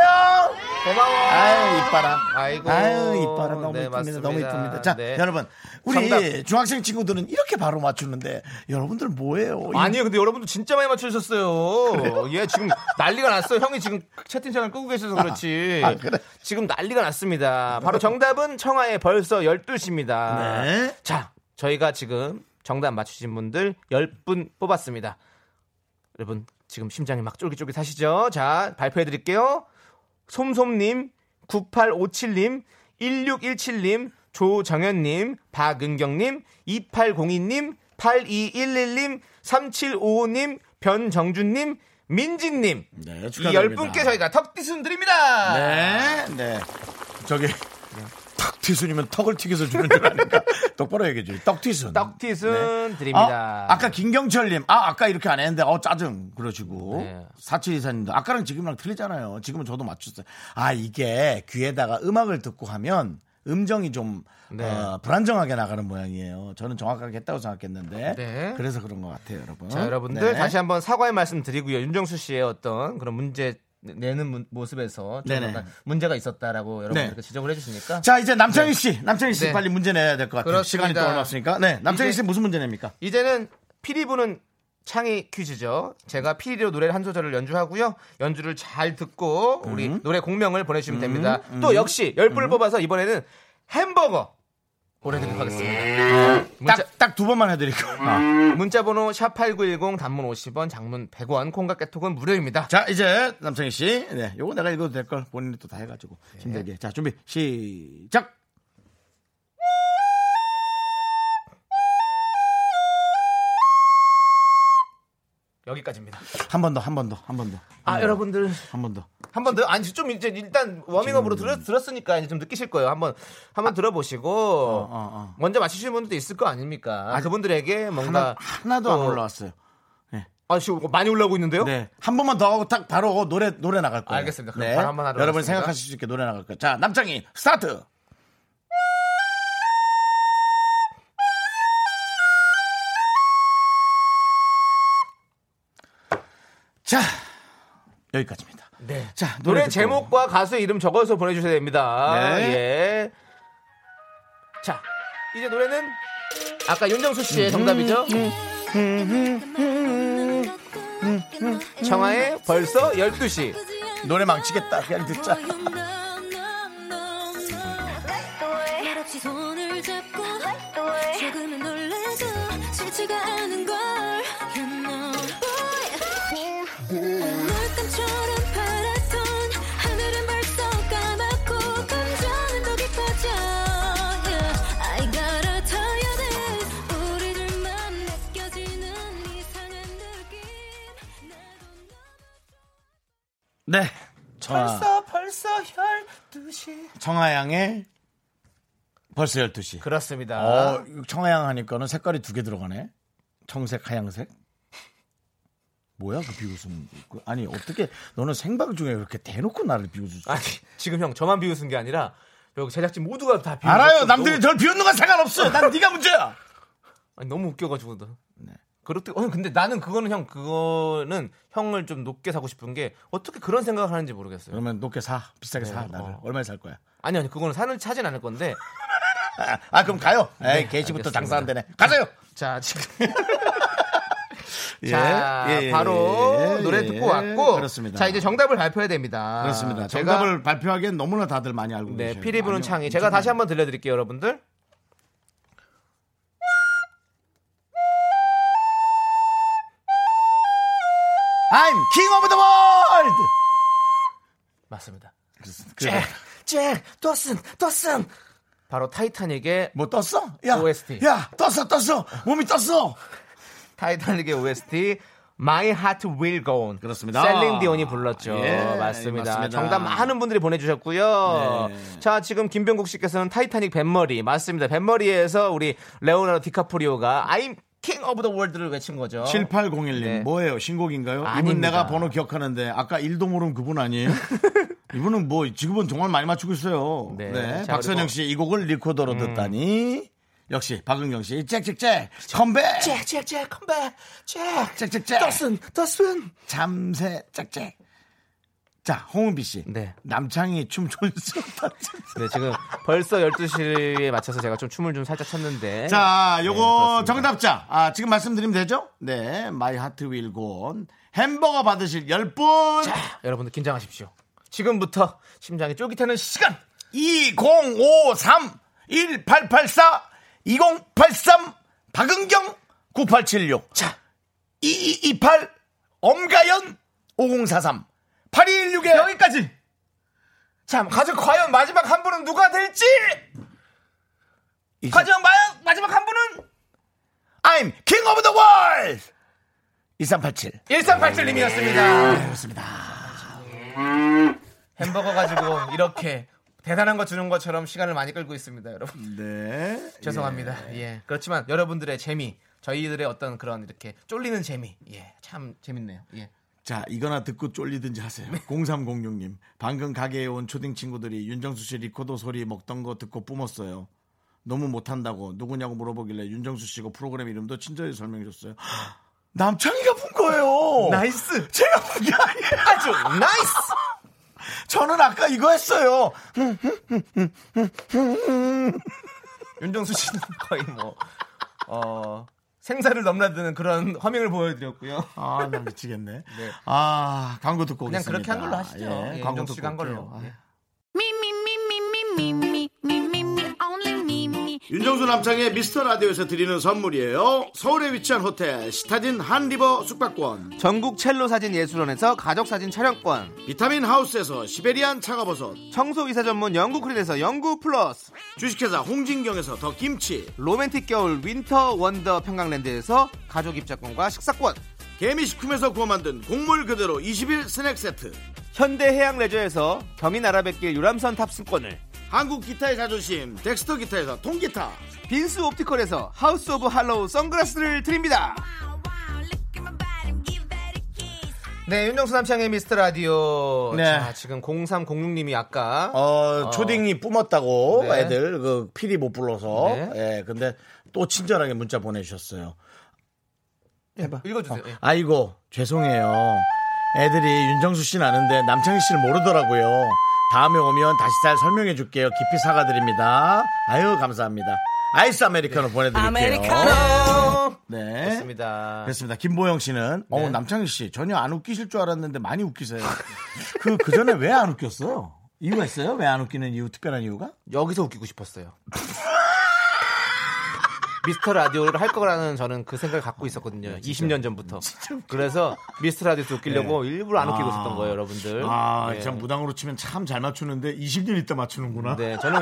B: 고마워.
A: 아유 이뻐라
B: 아이고.
A: 아유 이뻐라 너무
B: 네,
A: 이쁩니다
B: 맞습니다.
A: 너무 이쁩니다 자
B: 네.
A: 여러분 우리
B: 정답.
A: 중학생 친구들은 이렇게 바로 맞추는데 여러분들 뭐예요
B: 아니요, 근데 여러분도 진짜 많이 맞추셨어요. 예, 지금 난리가 났어요. 형이 지금 채팅창을 끄고 계셔서 그렇지.
A: 아, 그래?
B: 지금 난리가 났습니다. 바로 정답은 청하의 벌써 12시입니다.
A: 네.
B: 자, 저희가 지금 정답 맞추신 분들 10분 뽑았습니다. 여러분 지금 심장이 막 쫄깃쫄깃하시죠? 자 발표해 드릴게요. 솜솜님, 9857님, 1617님, 조정현님, 박은경님, 2802님, 8211님, 3755님, 변정준님, 민진님
A: 네,
B: 이
A: 축하드립니다.
B: 10분께 저희가 턱디순 드립니다.
A: 네, 네. 저기 턱 튀순이면 턱을 튀겨서 주는 줄 아니까 똑바로 얘기해 줘요. 떡 튀순. 네.
B: 떡티순 드립니다.
A: 아, 아까 김경철님, 아, 아까 이렇게 안 했는데, 어, 짜증. 그러시고.
B: 네.
A: 사칠이사님도, 아까랑 지금이랑 틀리잖아요. 지금은 저도 맞췄어요. 아, 이게 귀에다가 음악을 듣고 하면 음정이 좀,
B: 네.
A: 어, 불안정하게 나가는 모양이에요. 저는 정확하게 했다고 생각했는데.
B: 네.
A: 그래서 그런 것 같아요, 여러분.
B: 자, 여러분들
A: 네.
B: 다시 한번 사과의 말씀 드리고요. 윤정수 씨의 어떤 그런 문제 내는 문- 모습에서 좀
A: 네네.
B: 약간 문제가 있었다라고 여러분들 께
A: 네.
B: 지적을 해주시니까
A: 자, 이제 남창희 씨, 남창희 씨
B: 네.
A: 빨리 문제 내야 될 것 같아요.
B: 그렇습니다.
A: 시간이 또 얼마 없으니까. 네, 남창희
B: 이제-
A: 씨 무슨 문제 냅니까?
B: 이제는 피리 부는 창의 퀴즈죠. 제가 피리로 노래를 한 소절을 연주하고요. 연주를 잘 듣고 우리
A: 음.
B: 노래 공명을 보내주시면 됩니다. 또 역시 열 분을 뽑아서 이번에는 햄버거 보내드리도록 하겠습니다. 문자,
A: 딱, 딱 두 번만 해드릴게요.
B: 문자번호 샵8910 단문 50원 장문 100원 콩과 깨톡은 무료입니다.
A: 자, 이제 남창희 씨. 네, 요거 내가 읽어도 될 걸 본인이 또 다 해가지고
B: 네.
A: 힘들게. 자, 준비 시작.
B: 여기까지입니다.
A: 한 번 더, 한 번 더, 한 번 더.
B: 아 여러분들
A: 한 번 더.
B: 한 번 더. 아니 좀 이제 일단 워밍업으로 들었, 으니까 이제 좀 느끼실 거예요. 한번 한번 들어보시고
A: 아. 어.
B: 먼저 맞히시는 분들도 있을 거 아닙니까?
A: 아직
B: 그분들에게
A: 하나,
B: 뭔가
A: 하나도 안
B: 또-
A: 올라왔어요.
B: 아 지금 많이 올라오고 있는데요.
A: 네. 한 번만 더 하고 딱 바로 노래, 노래 나갈 거예요. 네.
B: 알겠습니다. 그럼 바로 한번 하도록
A: 여러분
B: 하겠습니다.
A: 생각하실 수 있게 노래 나갈 거예요. 자, 남창희, 스타트! 자, 여기까지입니다.
B: 네.
A: 자,
B: 노래
A: 듣고.
B: 제목과 가수의 이름 적어서 보내주셔야 됩니다.
A: 네.
B: 예. 자 이제 노래는 아까 윤정수
A: 음.
B: 씨의 정답이죠. 음, 청하의 음, 벌써 12시.
A: 노래 망치겠다. 그냥 듣자.
C: 말없이 손을 잡고 조금은 놀라서 싫지가 않은 걸 You know boy 물감처럼 파랗던 하늘은 벌써 까맣고 감정은 더 깊어져 Yeah. I gotta tell you this 우리들만 느껴지는 이상한 느낌 나도
A: 네. 청하,
B: 벌써 12시.
A: 청하양의 벌써 12시.
B: 그렇습니다. 아.
A: 어, 청하양 하니까는 색깔이 두 개 들어가네. 청색, 하양색. 뭐야 그 비웃음? 그- 아니 어떻게 너는 생방 중에 그렇게 대놓고 나를 비웃을 수?
B: 아니 지금 형 저만 비웃은 게 아니라 여기 제작진 모두가 다 비웃.
A: 알아요. 남들이 절 비웃는 건 상관없어. 난 네가 문제야. 네.
B: 아니, 너무 웃겨가지고 나. 그렇대. 어 근데 나는 그거는 형 그거는 형을 좀 높게 사고 싶은 게 어떻게 그런 생각을 하는지 모르겠어요.
A: 그러면 높게 사, 비싸게 사. 나를
B: 어.
A: 얼마에 살 거야?
B: 아니 아니 그거는 사는 차진 않을 건데.
A: 아, 아, 그럼 가요. 에이
B: 네,
A: 개시부터
B: 알겠습니다.
A: 장사한다네. 가세요.
B: 자 지금 자 바로
A: 예,
B: 노래
A: 예,
B: 듣고 왔고.
A: 그렇습니다.
B: 자 이제 정답을 발표해야 됩니다.
A: 그렇습니다.
B: 아, 제가-
A: 정답을 발표하기엔 너무나 다들 많이 알고
B: 네
A: 계세요.
B: 피리 부는
A: 아니요.
B: 창이 제가 다시 한번 들려드릴게요 여러분들.
A: I'm king of the world.
B: 맞습니다.
A: 그래.
B: 잭 도슨 도슨 바로 타이타닉의
A: 뭐 떴어? 야,
B: OST.
A: 야, 떴어, 떴어. 몸이 떴어.
B: 타이타닉의 OST My Heart Will Go On
A: 그렇습니다.
B: 셀린 디온이 불렀죠.
A: 예,
B: 맞습니다. 네.
A: 맞습니다.
B: 정답 많은 분들이 보내주셨고요. 자 지금 김병국 씨께서는 타이타닉 뱃머리 맞습니다. 뱃머리에서 우리 레오나르도 디카프리오가 I'm King of the World를 외친 거죠.
A: 7801님
B: 네.
A: 뭐예요? 신곡인가요? 이분
B: 아닙니다.
A: 내가 번호 기억하는데 아까 일도 모르는 그분 아니에요? 이분은 뭐 지금은 정말 많이 맞추고 있어요.
B: 네.
A: 네.
B: 자,
A: 박선영
B: 그리고- 음.
A: 씨 이 곡을 리코더로 듣다니 역시 박은경 씨 잭잭잭 컴백
B: 잭잭잭 컴백 잭
A: 잭잭잭
B: 더슨 더슨
A: 잠새 잭잭 자 홍은비 씨
B: 네.
A: 남창이 춤 존스럽다.
B: 네 지금 벌써 12시에 맞춰서 제가 좀 춤을 좀 살짝 췄는데
A: 자 요거
B: 그렇습니다.
A: 정답자 아 지금 말씀드리면 되죠? 네 마이 하트 윌곤 햄버거 받으실 10분
B: 여러분들 긴장하십시오. 지금부터 심장이 쫄깃하는 시간
A: 2053 1884 2083 박은경 9876 자, 2228 엄가연 5043 8216에
D: 여기까지.
B: 참 가족 과연 마지막 한 분은 누가 될지
A: 이제
B: 과연 마- 마지막 한 분은
A: I'm king of the world 2387
B: 1387님이었습니다
A: 그렇습니다
B: 네, 아. 햄버거 가지고 이렇게 대단한 거 주는 것처럼 시간을 많이 끌고 있습니다 여러분
A: 네
B: 죄송합니다 예 그렇지만 여러분들의 재미 저희들의 어떤 그런 이렇게 쫄리는 재미 예 참 재밌네요 예
A: 자, 이거나 듣고 쫄리든지 하세요.
B: 네.
A: 0306님, 방금 가게에 온 초딩 친구들이 윤정수 씨 리코더 소리 먹던 거 듣고 뿜었어요. 너무 못한다고 누구냐고 물어보길래 윤정수 씨가 프로그램 이름도 친절히 설명해줬어요. 남창이가 푼 거예요.
B: 나이스
A: 제가 푼 게 아니에요.
B: 아주 나이스
A: 저는 아까 이거 했어요.
B: 윤정수 씨는 거의 뭐 어, 생사를 넘나드는 그런 허밍을 보여드렸고요
A: 아, 나 미치겠네. 아, 광고 듣고
B: 그냥
A: 오겠습니다.
B: 그렇게 한 걸로 하시죠. 예,
A: 광고
B: 윤정수
A: 듣고
B: 씨가 한 걸로.
A: 올게요.
B: 예.
E: Me, me, me, me, me, me, me, me, me, me, only me, me.
A: 윤정수 남창의 미스터 라디오에서 드리는 선물이에요. 서울에 위치한 호텔 시타딘 한리버 숙박권.
B: 전국 첼로 사진 예술원에서 가족 사진 촬영권,
A: 비타민 하우스에서 시베리안 차가버섯
B: 청소 이사 전문 영국 클린에서 영국 플러스,
A: 주식회사 홍진경에서 더 김치
B: 로맨틱 겨울 윈터 원더 평강랜드에서 가족 입자권과 식사권,
A: 개미식품에서 구워 만든 곡물 그대로 20일 스낵 세트
B: 현대 해양 레저에서 경인 아라뱃길 유람선 탑승권을,
A: 한국 기타의 자존심 덱스터 기타에서 통기타
B: 빈스 옵티컬에서 하우스 오브 할로우 선글라스를 드립니다.
E: Wow, wow, look at my body, give that a kiss.
B: 네, 윤정수 남창의 미스터 라디오.
A: 네.
B: 자, 지금 0306님이 아까
A: 어 초딩이 뿜었다고
B: 네.
A: 애들 그 필이 못 불러서
B: 네.
A: 예 근데 또 친절하게 문자 보내주셨어요 해봐
B: 읽어주세요. 예.
A: 아이고 죄송해요. 애들이 윤정수 씨는 아는데 남창희 씨를 모르더라고요. 다음에 오면 다시 잘 설명해 줄게요. 깊이 사과드립니다. 아유 감사합니다. 아이스 아메리카노 보내드릴게요. 네.
B: 좋습니다.
A: 그렇습니다. 김보영 씨는
B: 네.
A: 어 남창희 씨 전혀 안 웃기실 줄 알았는데 많이 웃기세요. 그 그 전에 왜 안 웃겼어요? 이유가 있어요? 왜 안 웃기는 이유 특별한 이유가?
B: 여기서 웃기고 싶었어요. 미스터 라디오를 할 거라는 저는 그 생각을 갖고 있었거든요. 20년 전부터. 그래서 미스터 라디오에서 웃기려고 일부러 안 웃기고
A: 아.
B: 있었던 거예요, 여러분들.
A: 아,
B: 예.
A: 참 무당으로 치면 참 잘 맞추는데 20년 있다 맞추는구나.
B: 네, 저는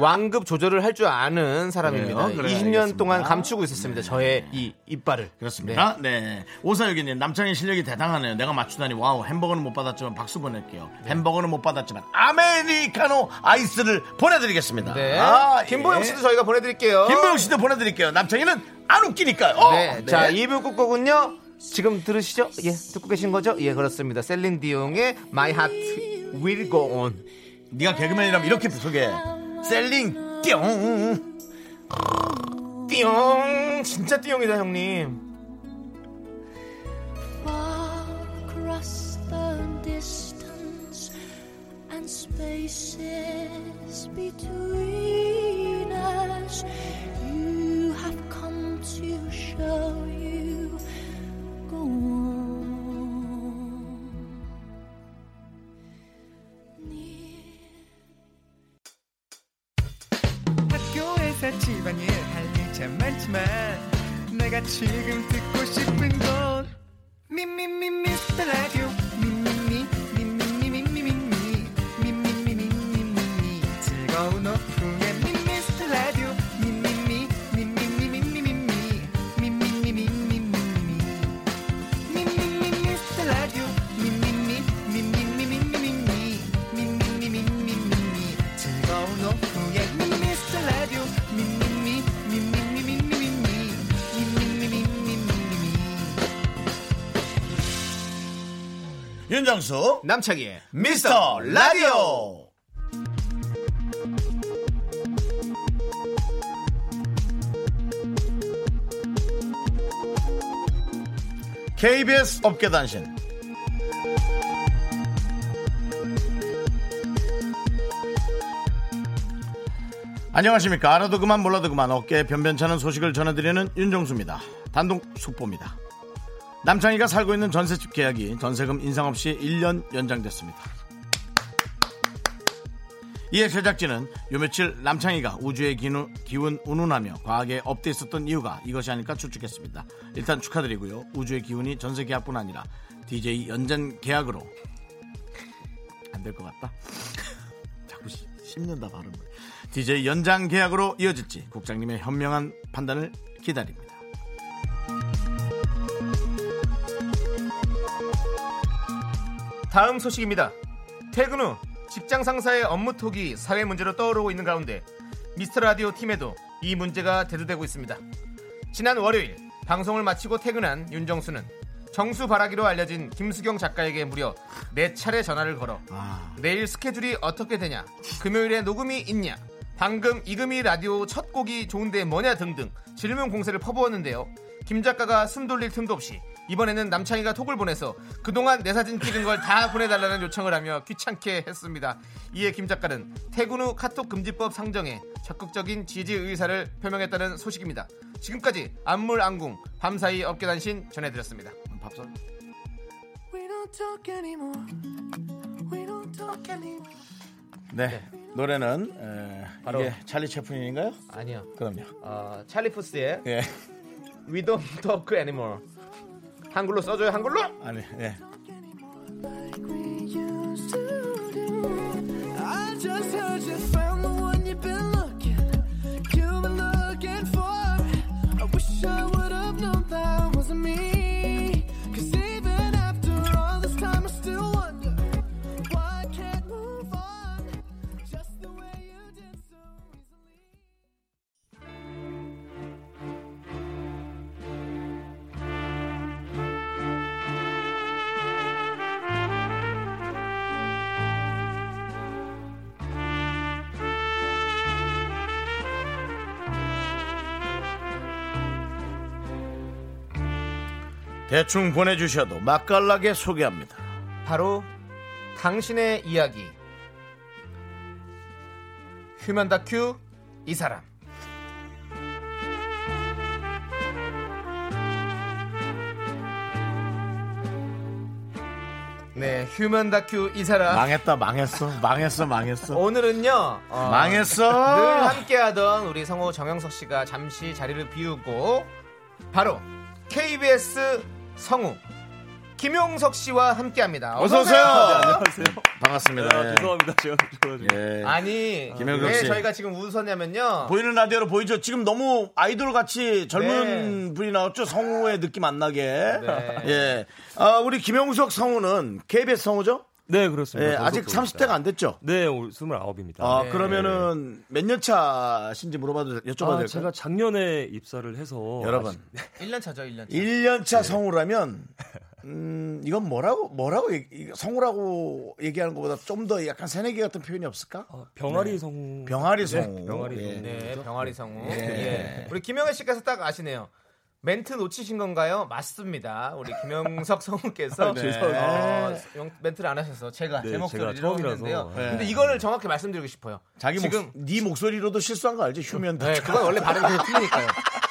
B: 왕급 조절을 할 줄 아는 사람입니다.
A: 그래요? 그래요.
B: 20년
A: 알겠습니다.
B: 동안
A: 네.
B: 감추고 있었습니다. 저의 이 이빨을.
A: 그렇습니다. 네. 오사유기님, 남창의 실력이 대단하네요. 내가 맞추다니, 와우, 햄버거는 못 받았지만 박수 보낼게요.
B: 네.
A: 햄버거는 못 받았지만 아메리카노 아이스를 보내드리겠습니다.
B: 네.
A: 아,
B: 김보영
A: 예.
B: 씨도 저희가 보내드릴게요.
A: 김보영 씨도 보내드릴게요. 남창이는 안 웃기니까요. 어,
B: 네. 자, 2부 끝곡은요. 지금 들으시죠? 예, 듣고 계신 거죠? 예, 그렇습니다. 셀린 디옹의 My Heart Will Go On.
A: 네가 개그맨이라면 이렇게 부소개. 셀링, 띵.
B: 띠용 진짜 띠용이다 형님
F: far across the distance and spaces between us. You have come to show you go on. Near
G: 학교에서 집안일 할 일 참 많지만 내가 지금 듣고 싶은 건 미미미 미스터 라디오 미미미 미미미 미미미 미미미 미미미 즐거운 오후에 미스터 라디오 미미미 미미미 미미미 미미미 미미미
A: 윤정수,
B: 남창희의
A: 미스터 라디오. KBS 업계단신 안녕하십니까 알아도 그만 몰라도 그만 어깨에 변변찮은 소식을 전해드리는 윤정수입니다 단독 속보입니다 남창희가 살고 있는 전세집 계약이 전세금 인상 없이 1년 연장됐습니다. 이에 제작진은 요 며칠 남창희가 우주의 기운, 기운 운운하며 과학에 업돼 있었던 이유가 이것이 아닐까 추측했습니다. 일단 축하드리고요. 우주의 기운이 전세 계약뿐 아니라 DJ 연장 계약으로 안 될 것 같다. 자꾸 씹- 씹는다 발음을. DJ 연장 계약으로 이어질지 국장님의 현명한 판단을 기다립니다.
B: 다음 소식입니다. 퇴근 후 직장 상사의 업무 톡이 사회 문제로 떠오르고 있는 가운데 미스터 라디오 팀에도 이 문제가 대두되고 있습니다. 지난 월요일 방송을 마치고 퇴근한 윤정수는 정수 바라기로 알려진 김수경 작가에게 무려 네 차례 전화를 걸어 내일 스케줄이 어떻게 되냐 금요일에 녹음이 있냐 방금 이금희 라디오 첫 곡이 좋은데 뭐냐 등등 질문 공세를 퍼부었는데요 김 작가가 숨 돌릴 틈도 없이 이번에는 남창희가 톡을 보내서 그동안 내 사진 찍은 걸 다 보내달라는 요청을 하며 귀찮게 했습니다 이에 김 작가는 퇴근 후 카톡 금지법 상정에 적극적인 지지 의사를 표명했다는 소식입니다 지금까지 안물안궁 밤사이 업계단신 전해드렸습니다
A: 밥상 네, 노래는 에,
B: 바로.
A: 이게 찰리 채플린인가요?
B: 아니요
A: 그럼요.
B: 어, 찰리푸스의
A: 예,
B: We Don't Talk Anymore 한글로 써줘요 한글로
A: 아니, 예. 대충 보내주셔도 맛깔나게 소개합니다.
B: 바로 당신의 이야기 휴먼 다큐 이 사람 네 휴먼 다큐 이 사람
A: 망했다, 망했어, 망했어, 망했어,
B: 오늘은요 어,
H: 아,
B: 늘
A: 망했어.
B: 함께하던 우리 성우 정영석 씨가 잠시 자리를 비우고 바로 KBS 성우 김용석 씨와 함께합니다.
A: 어서
B: 어서 오세요.
A: 오세요. 반갑습니다. 예.
H: 아, 죄송합니다. 제가
A: 예.
B: 아니
A: 김용석
B: 왜
A: 씨. 뭐-
B: 저희가 지금 웃었냐면요.
A: 보이는 라디오로 보이죠? 지금 너무 아이돌 같이 젊은
H: 네.
A: 분이 나왔죠? 성우의 느낌 안 나게. 예. 아, 우리 김용석 성우는 KBS 성우죠?
H: 네, 그렇습니다.
A: 예, 아직 30대가 안 됐죠?
H: 네, 올 29입니다.
A: 아, 그러면은 몇 년 차신지
H: 아,
A: 물어봐도 여쭤봐도 될까요?
H: 제가 작년에 입사를 해서
B: 어,
A: 여러분,
B: 1년 차죠, 1년 차.
A: 1년
B: 네.
A: 차 성우라면 음, 이건 뭐라고 뭐라고 얘기- 이거 성우라고 얘기하는 것보다 좀 더 약간 새내기 같은 표현이 없을까?
B: 어,
H: 아, 병아리 성우
A: 네. 병아리 성우.
H: 병아리
A: 예.
H: 성우.
B: 네, 병아리 성우. 예. 우리 김영애 씨께서 딱 아시네요. 멘트 놓치신 건가요? 맞습니다. 우리 김영석 성우께서 어, 영- 멘트를 안 하셔서 제가
H: 네,
B: 제 목소리를
H: 제가
B: 이러고
H: 처음이라서.
B: 있는데요.
H: 네.
B: 근데 이거를 정확히 말씀드리고 싶어요.
A: 자기
B: 지금
A: 목, 네 목소리로도 실수한 거 알지? 휴면
B: 네,
A: 다큐.
B: 그건 원래 발음이 되게 틀리니까요.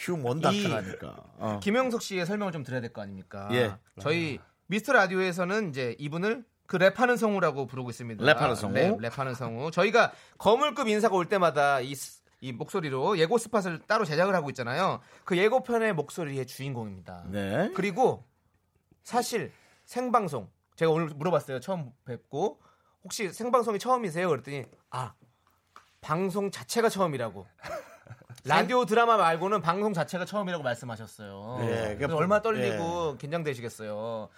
A: 휴먼
B: 이-
A: 다큐라니까. 어.
B: 김영석 씨의 설명을 좀 드려야 될 거 아닙니까?
A: 예.
B: 저희 미스터 라디오에서는 이제 이분을 그 랩하는 성우라고 부르고 있습니다.
A: 랩하는 성우.
B: 네, 랩하는 성우. 저희가 거물급 인사가 올 때마다 이, 스- 이 목소리로 예고 스팟을 따로 제작을 하고 있잖아요. 그 예고편의 목소리의 주인공입니다.
A: 네.
B: 그리고 사실 생방송 제가 오늘 물어봤어요. 처음 뵙고 혹시 생방송이 처음이세요? 그랬더니 아 방송 자체가 처음이라고. 라디오 드라마 말고는 방송 자체가 처음이라고 말씀하셨어요.
A: 예,
B: 그래서
A: 그-
B: 얼마나 떨리고 긴장되시겠어요.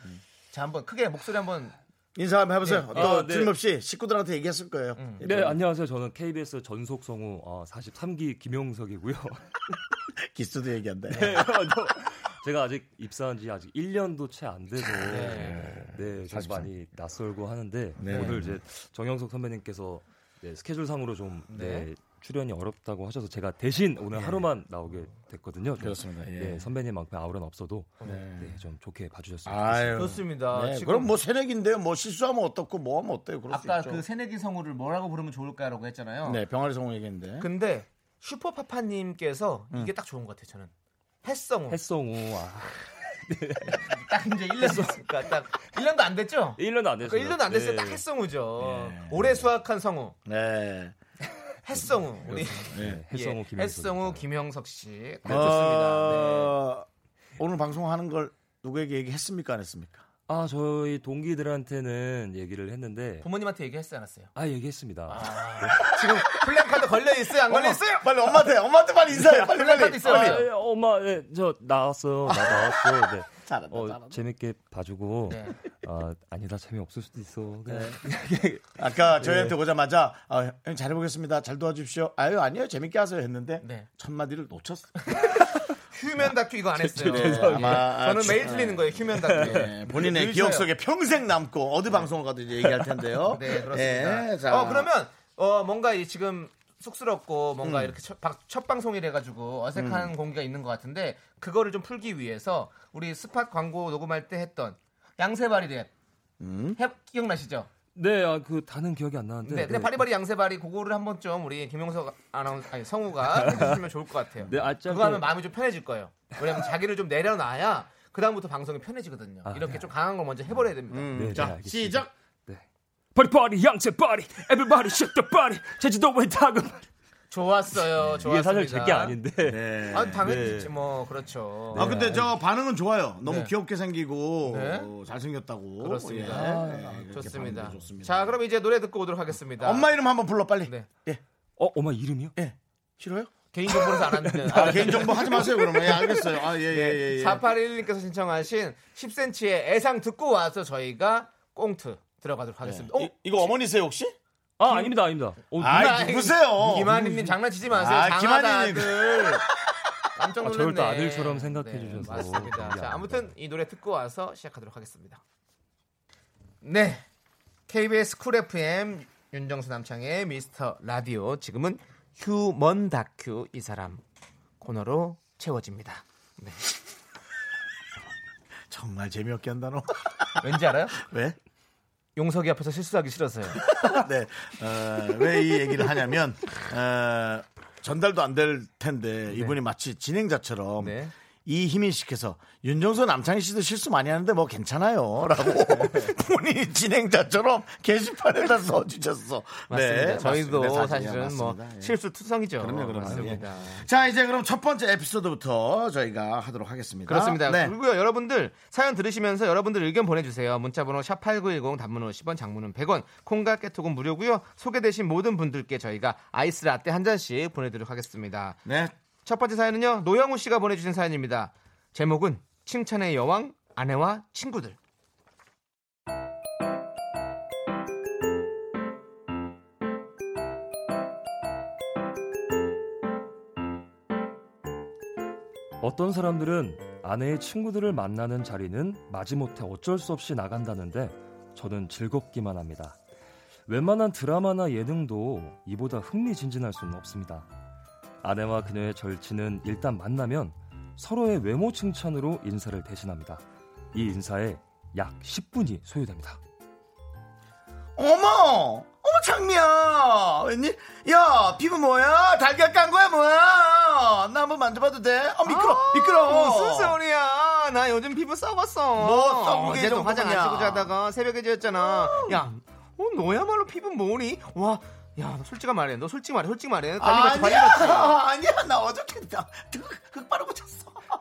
B: 자 한번 크게 목소리 한번
A: 인사 한번 해보세요.
B: 예.
A: 또
H: 아, 네.
A: 틀림없이 식구들한테 얘기했을 거예요.
B: 음.
A: 예.
H: 네, 안녕하세요. 저는 KBS 전속 성우 어, 43기 김용석이고요.
A: 기스도 얘기한다.
H: 네, 제가 아직 입사한 지 아직 1년도 채 안 돼서 네, 좀 많이 낯설고 하는데
A: 네.
H: 오늘 이제 정영석 선배님께서 네, 스케줄상으로 좀 네, 출연이 어렵다고 하셔서 제가 대신 오늘 하루만 나오게 됐거든요. 좀,
A: 그렇습니다. 예.
H: 네, 선배님만큼 아우라는 없어도 네, 좀 좋게 봐주셨으면 좋겠습니다.
A: 아유.
B: 좋습니다.
A: 네,
B: 지금
A: 그럼 뭐 새내기인데요. 뭐 실수하면 어떻고 뭐 하면 어때요? 그럴
B: 아까
A: 수
B: 그
A: 있죠.
B: 새내기 성우를 뭐라고 부르면 좋을까라고 했잖아요.
A: 네, 병아리 성우 얘기인데.
B: 근데
A: 음.
B: 슈퍼파파님께서 이게 딱 좋은 것 같아요. 저는 햇성우.
H: 햇성우 아,
B: 딱 이제 1년 됐으니까 딱 1년도 안 됐죠?
H: 1년도 안
B: 그
H: 됐어요.
B: 1년도 안 됐어요.
H: 네.
B: 딱 햇성우죠. 올해 수확한 성우.
A: 네.
B: 햇성우. 우리
H: 네,
B: 예,
H: 햇성우 김
B: 햇성우 김영석 씨.
A: 아.
B: 다 좋습니다. 네.
A: 어, 오늘 방송하는 걸 누구에게 얘기했습니까? 안 했습니까?
H: 아 저희 동기들한테는 얘기를 했는데
B: 네. 부모님한테 얘기했지 않았어요?
H: 아 얘기했습니다.
B: 지금 플랜카드 걸려 있어요? 안 걸려 있어요?
A: 엄마, 빨리 엄마한테, 엄마한테 빨리 인사해. 빨리,
B: 플랜카드
A: 빨리.
B: 있어요?
H: 아, 예, 엄마 예, 저 나왔어요. 나 나왔어. 네.
A: 잘한다,
H: 어,
A: 잘한다.
H: 재밌게 봐주고
B: 네.
H: 아, 아니다 재미없을 수도
A: 네.
H: 있어. 그냥
B: 네.
A: 아까 저희한테 오자마자, 아, 형 잘해보겠습니다. 잘 도와주십시오. 아유, 아니요. 재밌게 하세요. 했는데,
B: 네.
A: 첫마디를 놓쳤어.
B: 휴면 다큐 이거 안 했어요.
A: 아마-
B: 네. 저는 매일 틀리는 거예요. 휴면 다큐.
A: 네, 본인의
B: 늘
A: 기억
B: 쳐요.
A: 속에 평생 남고 어디 방송을 가도 이제 얘기할 텐데요.
B: 네, 그렇습니다.
A: 예, 자.
B: 어, 그러면 어, 뭔가 이 지금 쑥스럽고 뭔가 이렇게 첫, 방- 첫 방송이라 가지고 어색한 공기가 있는 것 같은데 그거를 좀 풀기 위해서 우리 스팟 광고 녹음할 때 했던 양세바리 랩. 햅 기억나시죠?
H: 네, 아, 그 다는 기억이 안 나는데.
B: 네, 근데 바리바리 양세바리 그거를 한번 좀 우리 김용석 아나운서 아니 성우가 해주시면 좋을 것 같아요.
H: 네, 아, 짧게-
B: 그거 하면 마음이 좀 편해질 거예요. 왜냐면 자기를 좀 내려놔야 그 다음부터 방송이 편해지거든요.
H: 아,
B: 이렇게
H: 네.
B: 좀 강한 걸 먼저 해버려야 됩니다.
H: 네, 네,
A: 자,
H: 알겠습니다.
A: 시작!
H: 바리바리 양채 바리, everybody shake the body, 제주도의 다금.
B: 좋았어요, 좋았습니다.
H: 이게 사실 제게 그 아닌데.
A: 네.
B: 아, 당연히 뭐 그렇죠.
A: 아, 근데 저 반응은 좋아요. 너무
B: 네.
A: 귀엽게 생기고
B: 네.
A: 어, 잘생겼다고.
B: 그렇습니다.
A: 예,
B: 아,
A: 예, 이렇게
B: 좋습니다.
A: 반응도 좋습니다.
B: 자, 그럼 이제 노래 듣고 오도록 하겠습니다.
A: 엄마 이름 한번 불러 빨리.
B: 네.
A: 예,
H: 어, 엄마 이름이요?
A: 예. 싫어요?
B: 개인 정보에서 안 하는데.
A: 아, 개인 정보 하지 마세요 그러면. 예, 알겠어요. 아, 예,
B: 네.
A: 예, 예. 예.
B: 4811님께서 신청하신 10cm의 애상 듣고 와서 저희가 꽁트 들어가도록 하겠습니다. 어,
A: 네. 이, 거 어머니세요 혹시?
H: 아, 아닙니다, 아닙니다. 어,
A: 아,
B: 누나,
A: 누구세요?
B: 김한희님 장난치지 마세요.
A: 아,
B: 장하다 그
A: 김한희님.
B: 아들. 깜짝
H: 아,
B: 놀랐네. 네,
H: 저를 또 아들처럼 생각해 주셔서
B: 맞습니다.
H: 감사합니다.
B: 자, 아무튼 이 노래 듣고 와서 시작하도록 하겠습니다. 네. KBS 쿨 FM 윤정수 남창의 미스터 라디오 지금은 휴먼 다큐 이 사람 코너로 채워집니다. 네.
A: 정말 재미없게 한다 너.
B: 왠지 알아요?
A: 왜?
B: 용석이 앞에서 실수하기 싫어서요.
A: 네. 왜 이 얘기를 하냐면 어, 전달도 안 될 텐데 이분이 마치 진행자처럼
B: 네.
A: 이희민 씨께서 윤정수 남창희 씨도 실수 많이 하는데 뭐 괜찮아요라고 본인이 진행자처럼 게시판에다 써주셨어.
B: 맞습니다. 저희도
A: 네, 맞습니다. 네,
B: 사실은
A: 맞습니다.
B: 뭐
A: 예.
B: 실수 투성이죠.
A: 그럼요, 그럼요.
B: 맞습니다.
A: 예. 자 이제 그럼 첫 번째 에피소드부터 저희가 하도록 하겠습니다.
B: 그렇습니다.
A: 네.
B: 그리고요, 여러분들 사연 들으시면서 여러분들 의견 보내주세요. 문자번호 샵 #8910 단문 50원, 장문은 100원, 콩과 깨톡은 무료고요. 소개되신 모든 분들께 저희가 아이스 라떼 한 잔씩 보내드리도록 하겠습니다.
A: 네.
B: 첫 번째 사연은요, 노영우 씨가 보내주신 사연입니다. 제목은 칭찬의 여왕 아내와 친구들.
H: 어떤 사람들은 아내의 친구들을 만나는 자리는 마지못해 어쩔 수 없이 나간다는데 저는 즐겁기만 합니다. 웬만한 드라마나 예능도 이보다 흥미진진할 수는 없습니다. 아내와 그녀의 절친은 일단 만나면 서로의 외모 칭찬으로 인사를 대신합니다. 이 인사에 약 10분이 소요됩니다.
A: 어머! 어머, 장미야! 웬일? 야, 피부 뭐야? 달걀 깐 거야, 뭐야? 나 한번 만져봐도 돼? 어, 미끄러,
B: 아,
A: 미끄러!
B: 무슨 소리야? 나 요즘 피부 썩었어.
A: 뭐 썩은 게 정도냐.
B: 어제도
A: 음.
B: 화장 안 쓰고 자다가 새벽에 지었잖아. 야, 어, 너야말로 피부 뭐니? 와, 야, 너 솔직히 말해. 너 솔직히 말해. 솔직히 말해. 관리 받지, 관리
A: 아니야!
B: 받지.
A: 아니야! 나 어저께 나, 흑- 흑바로 고쳤어.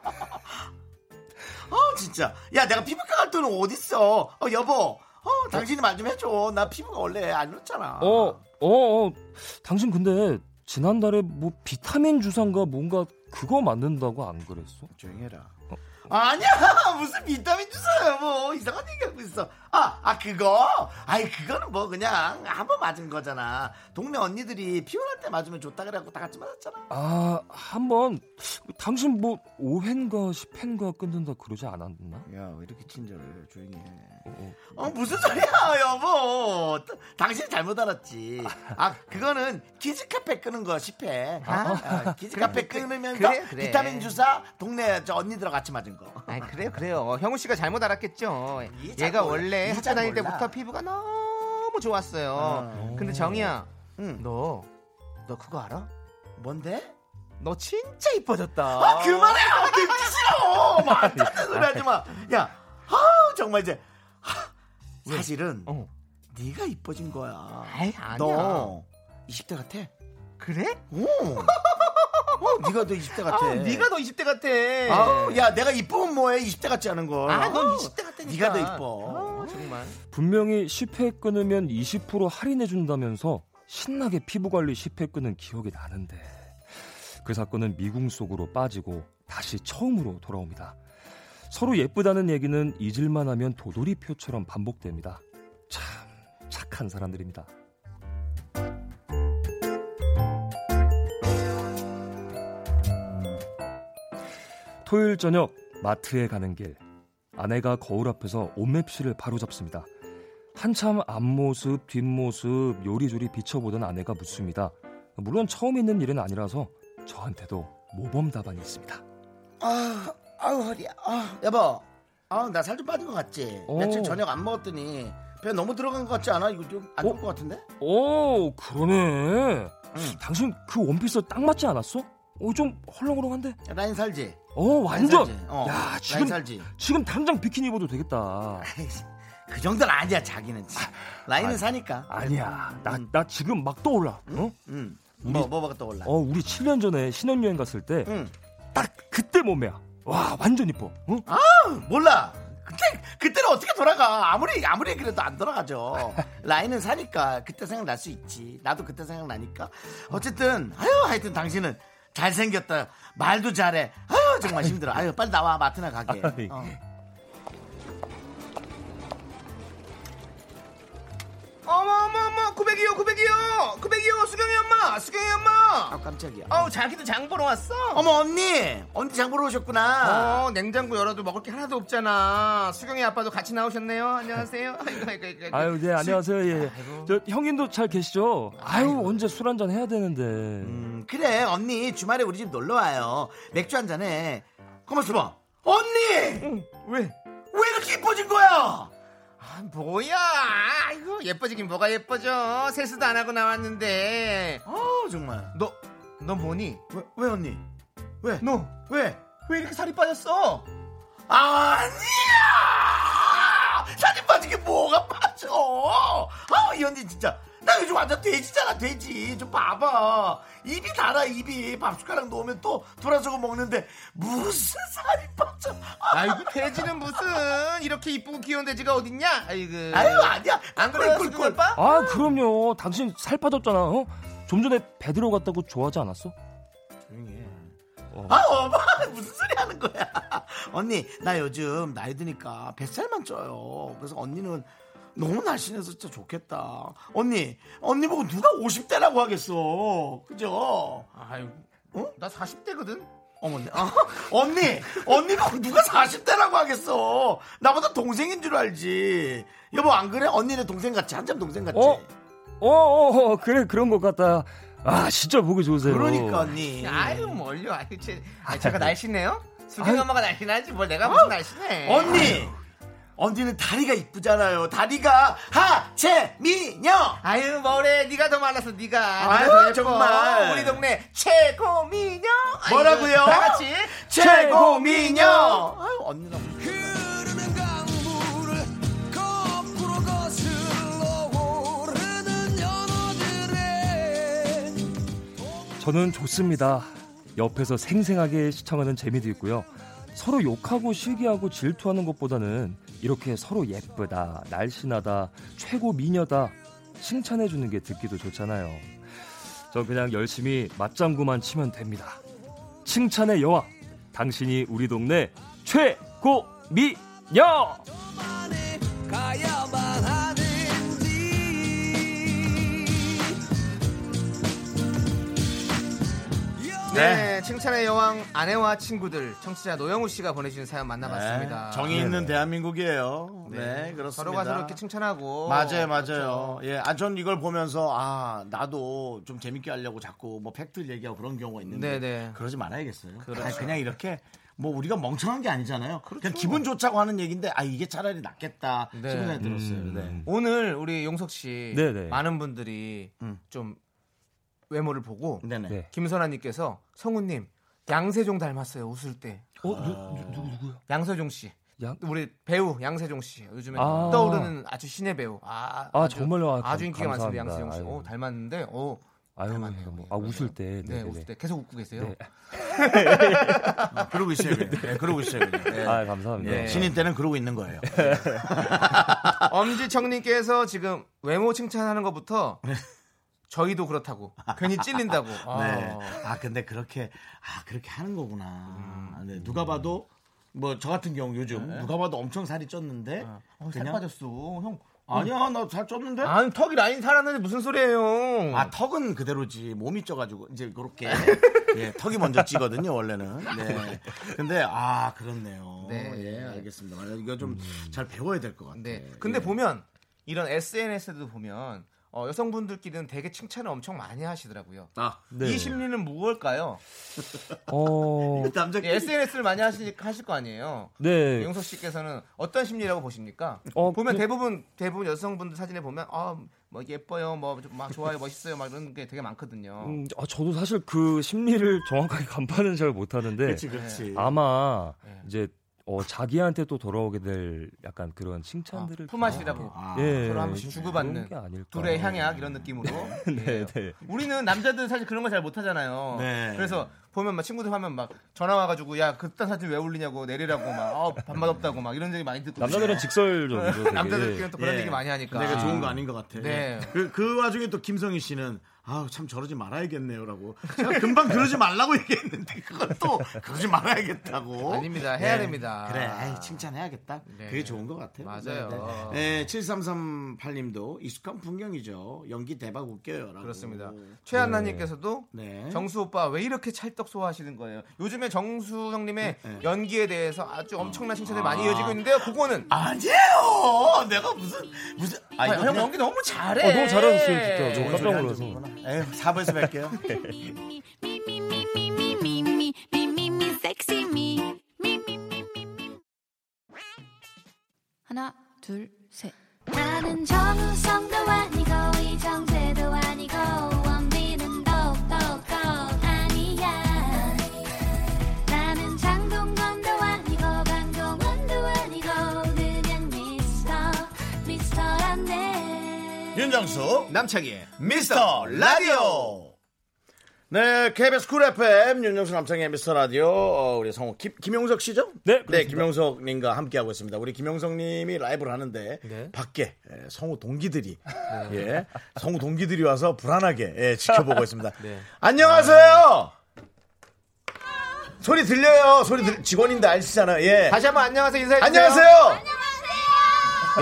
A: 어, 진짜. 야, 내가 피부과 갈 돈은 어딨어? 어, 여보. 어, 당신이 말 좀 해줘. 나 피부가 원래 안 좋잖아.
H: 어, 어, 어. 당신 근데 지난달에 뭐 비타민 주사인가 뭔가 그거 만든다고 안 그랬어?
A: 조용히 해라. 아니야 무슨 비타민 주사야 뭐 이상한 얘기하고 있어 아, 아 그거 아이 그거는 뭐 그냥 한 번 맞은 거잖아 동네 언니들이 피곤할 때 맞으면 좋다 그래갖고 다 같이 맞았잖아
H: 아, 한번 당신 뭐 5회인가 10회인가 끊는다 그러지 않았나?
A: 야 왜 이렇게 친절해 조용히 해어 무슨 소리야 여보 따- 당신이 잘못 알았지 아 그거는 키즈카페 끄는 거 10회 아, 키즈카페 끊으면서
B: 그래, 그래.
A: 비타민 주사 동네 저 언니들하고 같이 맞은 거
B: 아이, 그래요, 그래요. 형우 씨가 잘못 알았겠죠.
A: 이게 잘
B: 얘가
A: 몰라.
B: 원래
A: 이게
B: 학교
A: 잘
B: 다닐
A: 몰라.
B: 때부터 피부가 너무 좋았어요.
A: 아.
B: 근데 정이야,
A: 응.
B: 너, 너 그거 알아?
A: 뭔데?
B: 너 진짜 이뻐졌다.
A: 아, 그만해! 아, 듣기 싫어. 막 소리 하지 마. 야, 아 정말 이제 하, 사실은
B: 어.
A: 네가 이뻐진 거야.
B: 아이, 아니야.
A: 너 20대 같아.
B: 그래?
A: 오. 어, 네가 너 20대 같아.
B: 아, 네가 더 20대 같아.
A: 아우, 야, 내가 이쁘면 뭐해? 20대 같지 않은 거.
B: 아, 넌 20대 같다니까.
A: 네가 더 이뻐.
B: 아, 정말.
H: 분명히 10회 끊으면 20% 할인해준다면서 신나게 피부관리 10회 끊은 기억이 나는데 그 사건은 미궁 속으로 빠지고 다시 처음으로 돌아옵니다. 서로 예쁘다는 얘기는 잊을만 하면 도돌이표처럼 반복됩니다. 참 착한 사람들입니다. 토요일 저녁 마트에 가는 길 아내가 거울 앞에서 옷맵시를 바로잡습니다. 한참 앞모습, 뒷모습 요리조리 비춰보던 아내가 묻습니다. 물론 처음 있는 일은 아니라서 저한테도 모범 답안이 있습니다.
A: 아, 아우, 허리야. 아, 여보. 아, 나 살 좀 빠진 것 같지?
H: 오.
A: 며칠 저녁 안 먹었더니 배 너무 들어간 것 같지 않아? 이거 좀 안 좋을
H: 어?
A: 것 같은데?
H: 오, 그러네. 당신 그 원피스 딱 맞지 않았어? 오, 좀 헐렁헐렁한데?
A: 라인 살지?
H: 어, 완전.
A: 라인 살지? 어,
H: 야,
A: 라인
H: 지금
A: 살지?
H: 지금 당장 비키니 입어도 되겠다.
A: 그 정도는 아니야, 자기는. 참. 라인은
H: 아,
A: 사니까.
H: 아니야. 나,
A: 음.
H: 나 지금 막 떠올라. 어?
A: 응.
H: 우리-
A: 뭐, 뭐가 떠올라? 음.
H: 어, 우리 7년 전에 신혼여행 갔을 때 딱
A: 응.
H: 그때 몸매야. 와, 완전 이뻐. 어?
A: 몰라. 그때 그때는 어떻게 돌아가? 아무리 아무리 그래도 안 돌아가죠. 라인은 사니까 그때 생각날 수 있지. 나도 그때 생각나니까. 어쨌든 아유 하여튼 당신은 잘생겼다. 말도 잘해. 아유 정말 힘들어. 아유 빨리 나와 마트나 가게. 어.
B: 어머, 어머, 어머. 900이요, 900이요. 900이요. 수경이 엄마. 수경이 엄마.
A: 아 깜짝이야. 어.
B: 어우, 자기도 장 보러 왔어?
A: 어머 언니 언니 장 보러 오셨구나.
B: 어, 냉장고 열어도 먹을 게 하나도 없잖아. 수경이 아빠도 같이 나오셨네요. 안녕하세요. 아이고, 아이고, 아이고.
H: 아유, 네, 안녕하세요. 예.
B: 아이고.
H: 저 형님도 잘 계시죠? 아유, 언제 술 한잔 해야 되는데.
A: 음, 그래 언니 주말에 우리 집 놀러 와요. 맥주 한 잔에. 고맙소 봐. 언니
B: 왜?
A: 왜 이렇게 이뻐진 거야?
B: 아, 뭐야? 아이고, 예뻐지긴 뭐가 예뻐져. 세수도 안 하고 나왔는데.
A: 어 정말.
B: 너, 너 뭐니?
A: 왜, 왜 언니? 왜?
B: 너,
A: 왜?
B: 왜 이렇게 살이 빠졌어?
A: 아니야! 살이 빠진 게 뭐가 빠져? 아, 이 언니 진짜. 나 요즘 완전 돼지잖아, 돼지. 좀 봐봐. 입이 달아, 입이. 밥숟가락 놓으면 또 돌아서고 먹는데 무슨 살이 빠져? 아,
B: 아이고, 돼지는 무슨, 이렇게 이쁘고 귀여운 돼지가 어딨냐? 아이고.
A: 아유, 아니야.
B: 안 그래요,
A: 꿀꿀꿀.
B: 수경 오빠?
H: 아, 그럼요. 당신 살 빠졌잖아. 어? 좀 전에 배 들어갔다고 좋아하지 않았어?
A: 아, 엄마, 무슨 소리 하는 거야. 언니, 나 요즘 나이 드니까 뱃살만 쪄요. 그래서 언니는 너무 날씬해서 진짜 좋겠다. 언니, 언니 보고 누가 50대라고 하겠어. 그죠? 어?
B: 아이고. 나 40대거든?
A: 어머니, 아, 언니, 언니 보고 누가 40대라고 하겠어. 나보다 동생인 줄 알지. 여보, 안 그래? 언니네 동생 같지? 한참 동생 같지?
H: 어? 어, 어, 어, 그래, 그런 것 같다. 아, 진짜 보기 좋으세요.
A: 그러니까, 언니.
B: 어. 아유, 뭘요? 아유, 제, 아, 제가 날씬해요? 수경 엄마가 날씬하지, 뭘 내가 무슨 날씬해.
A: 언니! 언니는 다리가 이쁘잖아요. 다리가 하체 미녀!
B: 아유 뭐래 네가 더 말라서 네가
A: 아유,
B: 아유 더 예뻐.
A: 정말.
B: 우리 동네 최고 미녀 아이고,
A: 뭐라고요?
B: 다 같이
A: 최고 미녀. 아유 언니나.
H: 저는 좋습니다. 옆에서 생생하게 시청하는 재미도 있고요. 서로 욕하고 시기하고 질투하는 것보다는 이렇게 서로 예쁘다, 날씬하다, 최고 미녀다 칭찬해주는 게 듣기도 좋잖아요. 저 그냥 열심히 맞장구만 치면 됩니다. 칭찬의 여왕, 당신이 우리 동네 최고 미녀!
B: 네, 칭찬의 여왕 아내와 친구들 청취자 노영우 씨가 보내주신 사연 만나봤습니다
A: 네, 정이 있는 대한민국이에요. 네, 그렇습니다.
B: 서로가 서로 이렇게 칭찬하고
A: 맞아요, 맞아요.
B: 그렇죠.
A: 예, 아, 전 이걸 보면서, 아, 나도 좀 재밌게 하려고 자꾸 뭐 팩트 얘기하고 그런 경우가 있는데.
B: 네네.
A: 그러지 말아야겠어요.
B: 그렇죠.
A: 아니, 그냥 이렇게, 뭐 우리가 멍청한 게 아니잖아요. 그냥 기분 좋자고 하는 얘기인데, 아, 이게 차라리 낫겠다.
B: 네. 음,
A: 싶은 생각이 들었어요. 네.
B: 오늘 우리 용석 씨
H: 네네.
B: 많은 분들이
A: 음.
B: 좀 외모를 보고
A: 네네.
H: 네.
B: 김선아님께서 성우님 양세종 닮았어요. 웃을 때.
H: 어, 누, 누구 누구요?
B: 양세종 씨.
H: 양-
B: 우리 배우 양세종 씨 요즘에
H: 아.
B: 떠오르는 아주 신의 배우 아,
H: 아,
B: 아주-
H: 정말요? 아,
B: 아주
H: 감-
B: 인기가 많습니다
H: 감사합니다.
B: 양세형 씨
H: 아유.
B: 오, 닮았는데 오
H: 아유,
B: 닮았네요.
H: 너무-
B: 예,
H: 아,
B: 그래서-
H: 웃을 때.
B: 네,
H: 네네네.
B: 웃을 때 계속 웃고 계세요
H: 네.
A: 아, 그러고 있어요. 그냥. 네, 그러고 있어요. 그냥. 네.
H: 아, 감사합니다.
A: 네. 신인 때는 그러고 있는 거예요.
B: 아, 엄지청님께서 지금 외모 칭찬하는 것부터
H: 네.
B: 저희도 그렇다고 괜히 찔린다고 아,
A: 네. 아 근데 그렇게 아 그렇게 하는 거구나.
B: 음.
A: 네, 누가 봐도 뭐 저 같은 경우 요즘 누가 봐도 엄청 살이 쪘는데
B: 네. 어, 살
A: 그냥
B: 빠졌어 형
A: 아니야 나 살 쪘는데. 아,
B: 아니 턱이 라인 살았는데 무슨 소리예요
H: 아,
A: 턱은 그대로지 몸이 쪄가지고 이제 그렇게 예, 턱이 먼저 찌거든요 원래는. 네. 근데 아 그렇네요.
B: 네. 음.
A: 예 알겠습니다. 이거 좀 잘 배워야 될 것 같아요.
B: 네.
H: 예,
B: 근데 보면 이런 SNS에도 보면 어, 여성분들끼리는 되게 칭찬을 엄청 많이 하시더라고요.
A: 아,
H: 네.
B: 이 심리는 무엇일까요?
H: 어,
B: 예,
A: 남자
B: SNS를 많이 하시, 하실 거 아니에요.
H: 네.
B: 용석 씨께서는 어떤 심리라고 보십니까?
H: 어,
B: 보면
H: 그-
B: 대부분 대부분 여성분들 사진에 보면 아뭐 예뻐요, 뭐 막 좋아요, 멋있어요, 막 이런 게 되게 많거든요.
H: 음, 아, 저도 사실 그 심리를 정확하게 간파는 잘 못하는데
A: 그렇지 그렇지.
H: 아마
B: 네.
H: 이제 어, 자기한테 또 돌아오게 될 약간 그런
B: 아,
H: 칭찬들을
B: 품앗이라고
A: 아,
H: 예,
B: 서로 한 번씩
H: 그런
B: 주고받는
H: 게 아닐까.
B: 둘의 향약 이런 느낌으로. 예.
H: 네, 네.
B: 우리는 남자들 사실 그런 거 잘 못하잖아요.
A: 네.
B: 그래서 보면 막 친구들 하면 막 전화 와가지고 야 그딴 사진 왜 올리냐고 내리라고 막 어, 밥맛 없다고 막 이런 얘기 많이 듣고
H: 남자들은 직설적이죠. 되게.
B: 네. 남자들끼리 또 그런
A: 예.
B: 얘기 많이 하니까.
A: 내가 좋은 거 아닌 것 같아.
B: 그러니까. 네.
A: 그, 그 와중에 또 김성희 씨는 아참 저러지 말아야겠네요라고 제가 금방 그러지 말라고 얘기했는데 그걸 또 그러지 말아야겠다고.
B: 아닙니다. 해야
A: 네.
B: 됩니다. 네.
A: 그래 아이, 칭찬해야겠다. 그게 좋은 것 같아요.
B: 맞아요.
A: 네, 네. 7338님도 익숙한 풍경이죠. 연기 대박 웃겨요라고.
B: 그렇습니다. 최한나님께서도
A: 네.
B: 정수 오빠 왜 이렇게 찰떡 소화하시는 거예요? 요즘에 정수 형님의
A: 네,
B: 연기에 대해서 아주 엄청난 칭찬을 많이 이어지고 있는데요. 그거는
A: 아, 아니에요. 내가 무슨 무슨 아
B: 형
A: 이거 그냥-
B: 연기 너무 잘해.
H: 어, 너무 잘하셨어요, 진짜. 저
A: 좋은 소리
H: 깜짝
A: 하는
H: 놀라서.
A: 거구나. 에휴, 4부에서 뵐게요.
F: me, me, me, me, me, me, me, me, me, me, me, sexy me. Me, me, me, me, me.
E: 하나, 둘, 셋.
F: 나는 정우성도 아니고 이정재도 아니고 원빈은 더욱더 아니야 나는 장동건도 아니고 강동원도 아니고 그냥 미스터 미스터란데
A: 예. 윤정수
B: 남창희
A: 미스터 라디오. 네, KBS 쿨 FM 윤정수 남창의 미스터 라디오 어, 우리 성우 김, 김용석 씨죠?
H: 네, 그렇습니다.
A: 김용석님과 함께 하고 있습니다. 우리 김용석님이 라이브를 하는데 밖에 예, 성우 동기들이 예, 성우 동기들이 와서 불안하게 예, 지켜보고 있습니다. 안녕하세요. 소리 들려요. 소리 들 직원인데 아시잖아요. 예.
B: 다시 한번 안녕하세요 인사해 주세요.
A: 안녕하세요.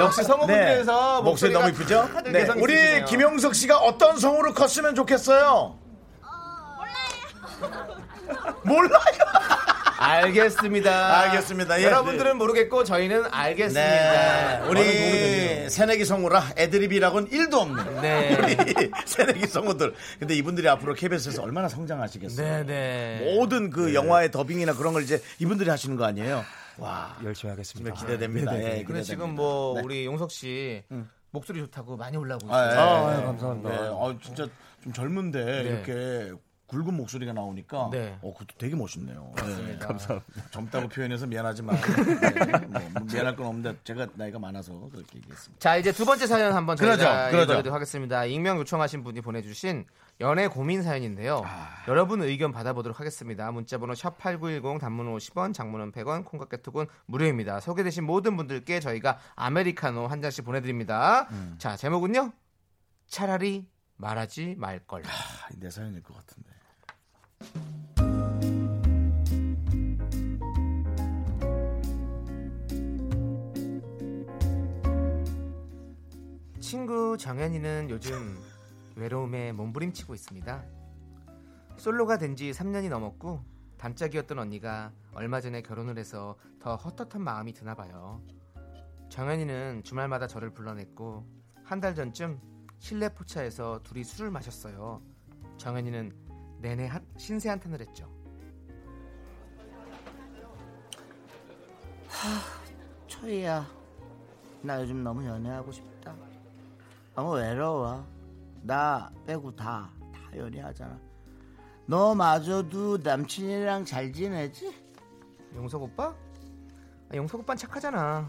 B: 역시 성우분들에서
A: 네. 목소리 너무 이쁘죠?
B: 다들
A: 네.
B: 개성
A: 우리
B: 있으시네요.
A: 김용석 씨가 어떤 성우로 컸으면 좋겠어요? 몰라요.
B: 알겠습니다.
A: 알겠습니다. 예,
B: 여러분들은 모르겠고 저희는
A: 네.
B: 알겠습니다.
A: 우리 새내기 성우라 애드립이라고는 1도 없는.
B: 네.
A: 우리 새내기 성우들. 근데 이분들이 앞으로 KBS에서 얼마나 성장하시겠어요?
B: 네네.
A: 모든 그 영화의 더빙이나 그런 걸 이제 이분들이 하시는 거 아니에요? 와.
H: 열심히 하겠습니다.
A: 정말 기대됩니다. 예,
B: 근데
A: 기대됩니다.
B: 지금 뭐
A: 네. 음.
B: 우리 용석 씨 목소리 좋다고 많이 올라오고
A: 아,
B: 있어요.
A: 예.
H: 아, 예, 감사합니다. 네.
A: 네, 아, 진짜 좀 젊은데 이렇게 굵은 목소리가 나오니까
B: 네.
A: 어, 그것도 되게 멋있네요. 네.
B: 감사합니다.
A: 젊다고 표현해서 미안하지만 네, 뭐 미안할 건 없는데 제가 나이가 많아서 그렇게 얘기했습니다.
B: 자 이제 두 번째 사연 한번 저희가
A: 그러죠, 그러죠.
B: 읽어드리도록 하겠습니다. 익명 요청하신 분이 보내주신 연애 고민 사연인데요.
A: 아.
B: 여러분 의견 받아보도록 하겠습니다. 문자번호 샵 #8910 단문 50원, 장문은 100원, 콩깍개톡은 무료입니다. 소개되신 모든 분들께 저희가 아메리카노 한 잔씩 보내드립니다.
A: 음.
B: 자 제목은요. 차라리 말하지 말 걸.
A: 아, 내 사연일 것 같은데.
B: 친구 정현이는 요즘 외로움에 몸부림치고 있습니다. 솔로가 된 지 3년이 넘었고 담짝이었던 언니가 얼마 전에 결혼을 해서 더 헛헛한 마음이 드나 봐요. 정현이는 주말마다 저를 불러냈고 한 달 전쯤 실내 포차에서 둘이 술을 마셨어요. 정현이는 내내 한- 신세 한탄을 했죠.
I: 초이야, 나 요즘 너무 연애하고 싶다. 너무 외로워. 나 빼고 다, 다 연애하잖아.
A: 너 마저도 남친이랑 잘 지내지?
B: 용석 오빠? 아, 용석 오빠는 착하잖아.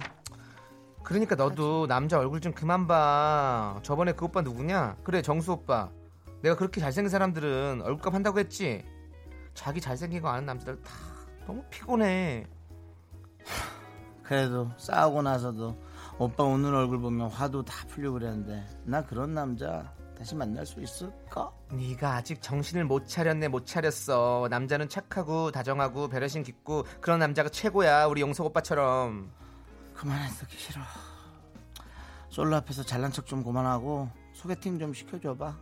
B: 그러니까 너도 남자 얼굴 좀 그만 봐. 저번에 그 오빠 누구냐? 그래 정수 오빠. 내가 그렇게 잘생긴 사람들은 얼굴값 한다고 했지. 자기 잘생긴 거 아는 남자들 다 너무 피곤해.
A: 그래도 싸우고 나서도 오빠 오늘 얼굴 보면 화도 다 풀리고 그랬는데 나 그런 남자 다시 만날 수 있을까?
B: 네가 아직 정신을 못 차렸네 못 차렸어. 남자는 착하고 다정하고 배려심 깊고 그런 남자가 최고야. 우리 용석 오빠처럼.
A: 그만했어 싫어. 솔로 앞에서 잘난 척 좀 그만하고 소개팅 좀 시켜줘봐.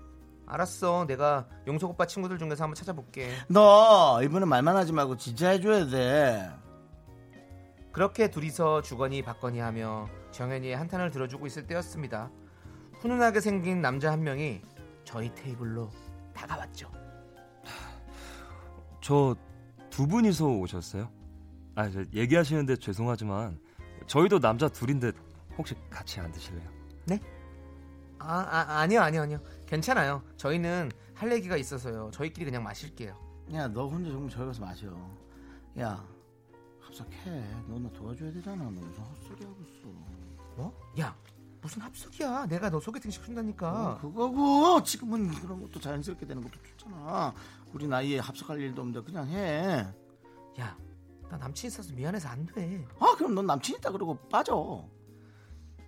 B: 알았어. 내가 용석 오빠 친구들 중에서 한번 찾아볼게.
A: 너 이번에 말만 하지 말고 진짜 해줘야 돼.
B: 그렇게 둘이서 주거니 받거니 하며 정현이의 한탄을 들어주고 있을 때였습니다. 훈훈하게 생긴 남자 한 명이 저희 테이블로 다가왔죠.
H: 저 두 분이서 오셨어요? 아, 저 얘기하시는데 죄송하지만 저희도 남자 둘인데 혹시 같이 안 드실래요?
B: 아, 아 아니요 아니요 아니요 괜찮아요. 저희는 할 얘기가 있어서요. 저희끼리 그냥 마실게요.
A: 야 너 혼자 정말 저기 가서 마셔. 야 합석해. 너 나 도와줘야 되잖아. 너 무슨 헛소리 하고 있어.
B: 뭐? 야 무슨 합석이야? 내가 너 소개팅 시켜준다니까.
A: 어, 그거고 지금은 그런 것도 자연스럽게 되는 것도 좋잖아. 우리 나이에 합석할 일도 없는데 그냥 해.
B: 야, 나 남친 있어서 미안해서 안 돼.
A: 아 그럼 넌 남친 있다 그러고 빠져.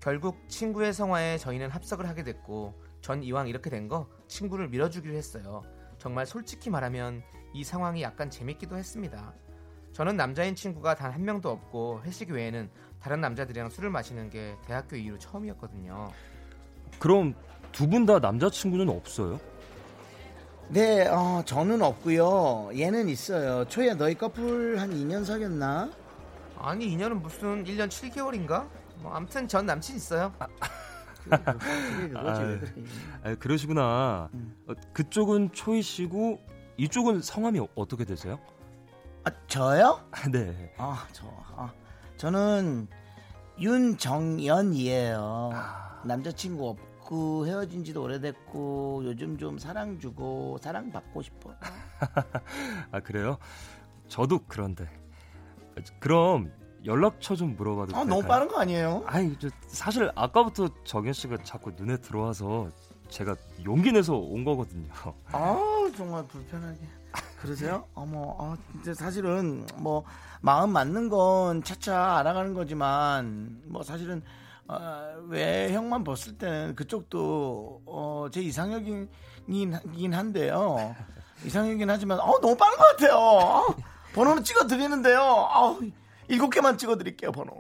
B: 결국 친구의 성화에 저희는 합석을 하게 됐고 전 이왕 이렇게 된 거 친구를 밀어주기로 했어요. 정말 솔직히 말하면 이 상황이 약간 재밌기도 했습니다. 저는 남자인 친구가 단 한 명도 없고 회식 외에는 다른 남자들이랑 술을 마시는 게 대학교 이후 처음이었거든요.
H: 그럼 두 분 다 남자친구는 없어요?
A: 네, 어, 저는 없고요. 얘는 있어요. 초야 너희 커플 한 2년 사귀었나?
B: 아니 인연은 무슨 1년 7개월인가? 뭐 아무튼 전 남친 있어요.
A: 그거지, 왜
H: 아유,
A: 그래.
H: 아, 그러시구나.
B: 음.
H: 어, 그쪽은 초이 씨고 이쪽은 성함이 어- 어떻게 되세요?
A: 아, 저요?
H: 아, 네.
A: 아, 저, 아, 저는 윤정연이에요. 남자친구 없고 헤어진 지도 오래됐고 요즘 좀 사랑 주고 사랑 받고 싶어.
H: 아, 그래요? 저도 그런데. 아, 그럼 연락처 좀 물어봐도
A: 아,
H: 될까요?
A: 너무 빠른 거 아니에요?
H: 아니, 저 사실 아까부터 정현 씨가 자꾸 눈에 들어와서 제가 용기 내서 온 거거든요.
A: 아, 정말 불편하게. 그러세요? 어머, 아, 진짜 사실은 뭐 마음 맞는 건 차차 알아가는 거지만 뭐 사실은 아, 왜 형만 봤을 때는 그쪽도 어, 제 이상형이긴 하긴 한데요. 이상형이긴 하지만 어, 너무 빠른 것 같아요. 아, 번호는 찍어 드리는데요. 아, 일곱 개만 찍어 드릴게요, 번호.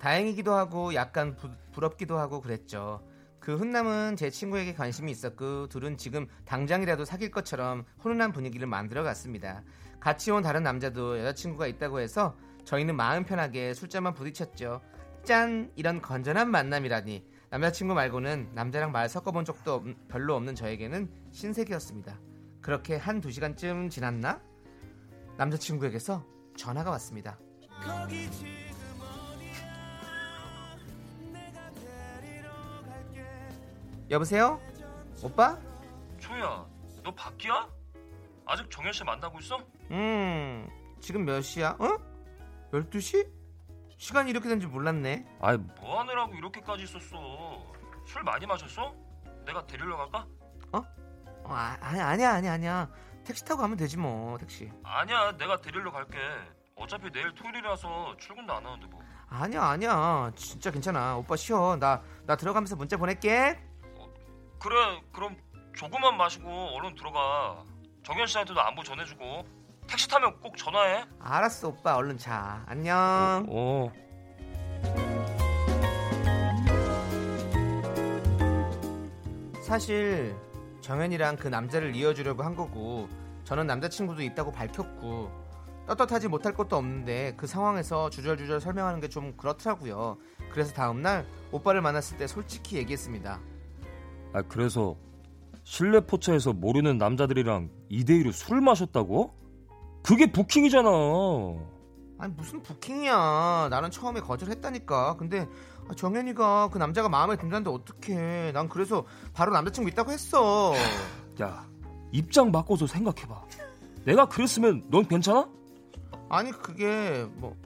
B: 다행이기도 하고 약간 부, 부럽기도 하고 그랬죠. 그 훈남은 제 친구에게 관심이 있었고 둘은 지금 당장이라도 사귈 것처럼 훈훈한 분위기를 만들어갔습니다. 같이 온 다른 남자도 여자친구가 있다고 해서 저희는 마음 편하게 술자만 부딪혔죠. 짠 이런 건전한 만남이라니 남자친구 말고는 남자랑 말 섞어본 적도 없- 별로 없는 저에게는 신세계였습니다. 그렇게 한 두 시간쯤 지났나 남자친구에게서 전화가 왔습니다. 여보세요? 오빠?
H: 초야, 너 밖이야? 아직 정현 씨 만나고 있어?
B: 음, 지금 몇 시야? 어? 12시? 시간이 이렇게 된 줄 몰랐네.
H: 아,
J: 뭐 하느라고 이렇게까지 있었어? 술 많이 마셨어? 내가 데리러 갈까?
B: 어, 아, 아니, 아니야, 아니야, 아니야. 택시 타고 가면 되지 뭐, 택시.
J: 아니야, 내가 데리러 갈게. 어차피 내일 토요일이라서 출근도 안 하는데 뭐.
B: 아니야, 아니야. 진짜 괜찮아. 오빠 쉬어. 나, 나 들어가면서 문자 보낼게.
J: 그래, 그럼 조금만 마시고 얼른 들어가. 정현 씨한테도 안부 전해주고 택시 타면 꼭 전화해.
B: 알았어, 오빠. 얼른 자. 안녕.
H: 어.
B: 사실 정현이랑 그 남자를 이어주려고 한 거고 저는 남자친구도 있다고 밝혔고 떳떳하지 못할 것도 없는데 그 상황에서 주절주절 설명하는 게 좀 그렇더라고요. 그래서 다음날 오빠를 만났을 때 솔직히 얘기했습니다.
H: 아, 그래서 실내 포차에서 모르는 남자들이랑 2대2로 술 마셨다고? 그게 부킹이잖아.
B: 아니 무슨 부킹이야. 나는 처음에 거절했다니까. 근데 아, 정현이가 그 남자가 마음에 든다는데 어떡해. 난 그래서 바로 남자친구 있다고 했어.
H: 야, 입장 바꿔서 생각해봐. 내가 그랬으면 넌 괜찮아?
B: 아니 그게 뭐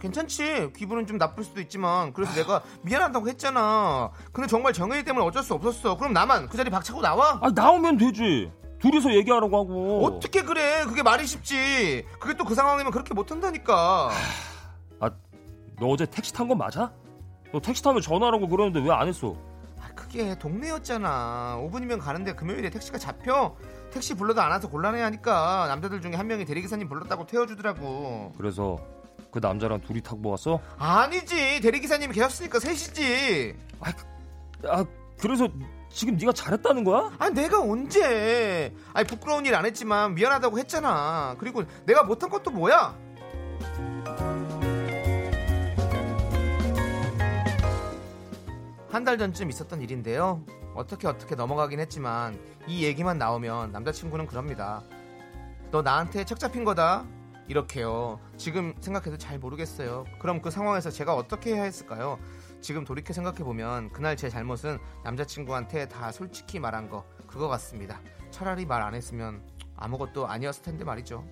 B: 괜찮지 기분은 좀 나쁠 수도 있지만 그래서 내가 미안하다고 했잖아 근데 정말 정혜이 때문에 어쩔 수 없었어 그럼 나만 그 자리 박차고 나와
H: 아 나오면 되지. 둘이서 얘기하라고 하고.
B: 어떻게 그래 그게 말이 쉽지 그게 또 그 상황이면 그렇게 못한다니까 아,
H: 너 어제 택시 탄 건 맞아? 너 택시 타면 전화라고 그러는데 왜 안 했어?
B: 그게 동네였잖아 5분이면 가는데 금요일에 택시가 잡혀 택시 불러도 안 와서 곤란해 하니까 남자들 중에 한 명이 대리기사님 불렀다고 태워주더라고
H: 그래서 그 남자랑 둘이 타고 모았어?
B: 아니지 대리기사님이 계셨으니까 셋이지
H: 아 그래서 지금 네가 잘했다는 거야?
B: 아 내가 언제 아니 부끄러운 일 안 했지만 미안하다고 했잖아 그리고 내가 못한 것도 뭐야 한 달 전쯤 있었던 일인데요 어떻게 어떻게 넘어가긴 했지만 이 얘기만 나오면 남자친구는 그럽니다 너 나한테 책 잡힌 거다 이렇게요 지금 생각해도 잘 모르겠어요 그럼 그 상황에서 제가 어떻게 해야 했을까요 지금 돌이켜 생각해보면 그날 제 잘못은 남자친구한테 다 솔직히 말한 거 그거 같습니다 차라리 말 안 했으면 아무것도 아니었을 텐데 말이죠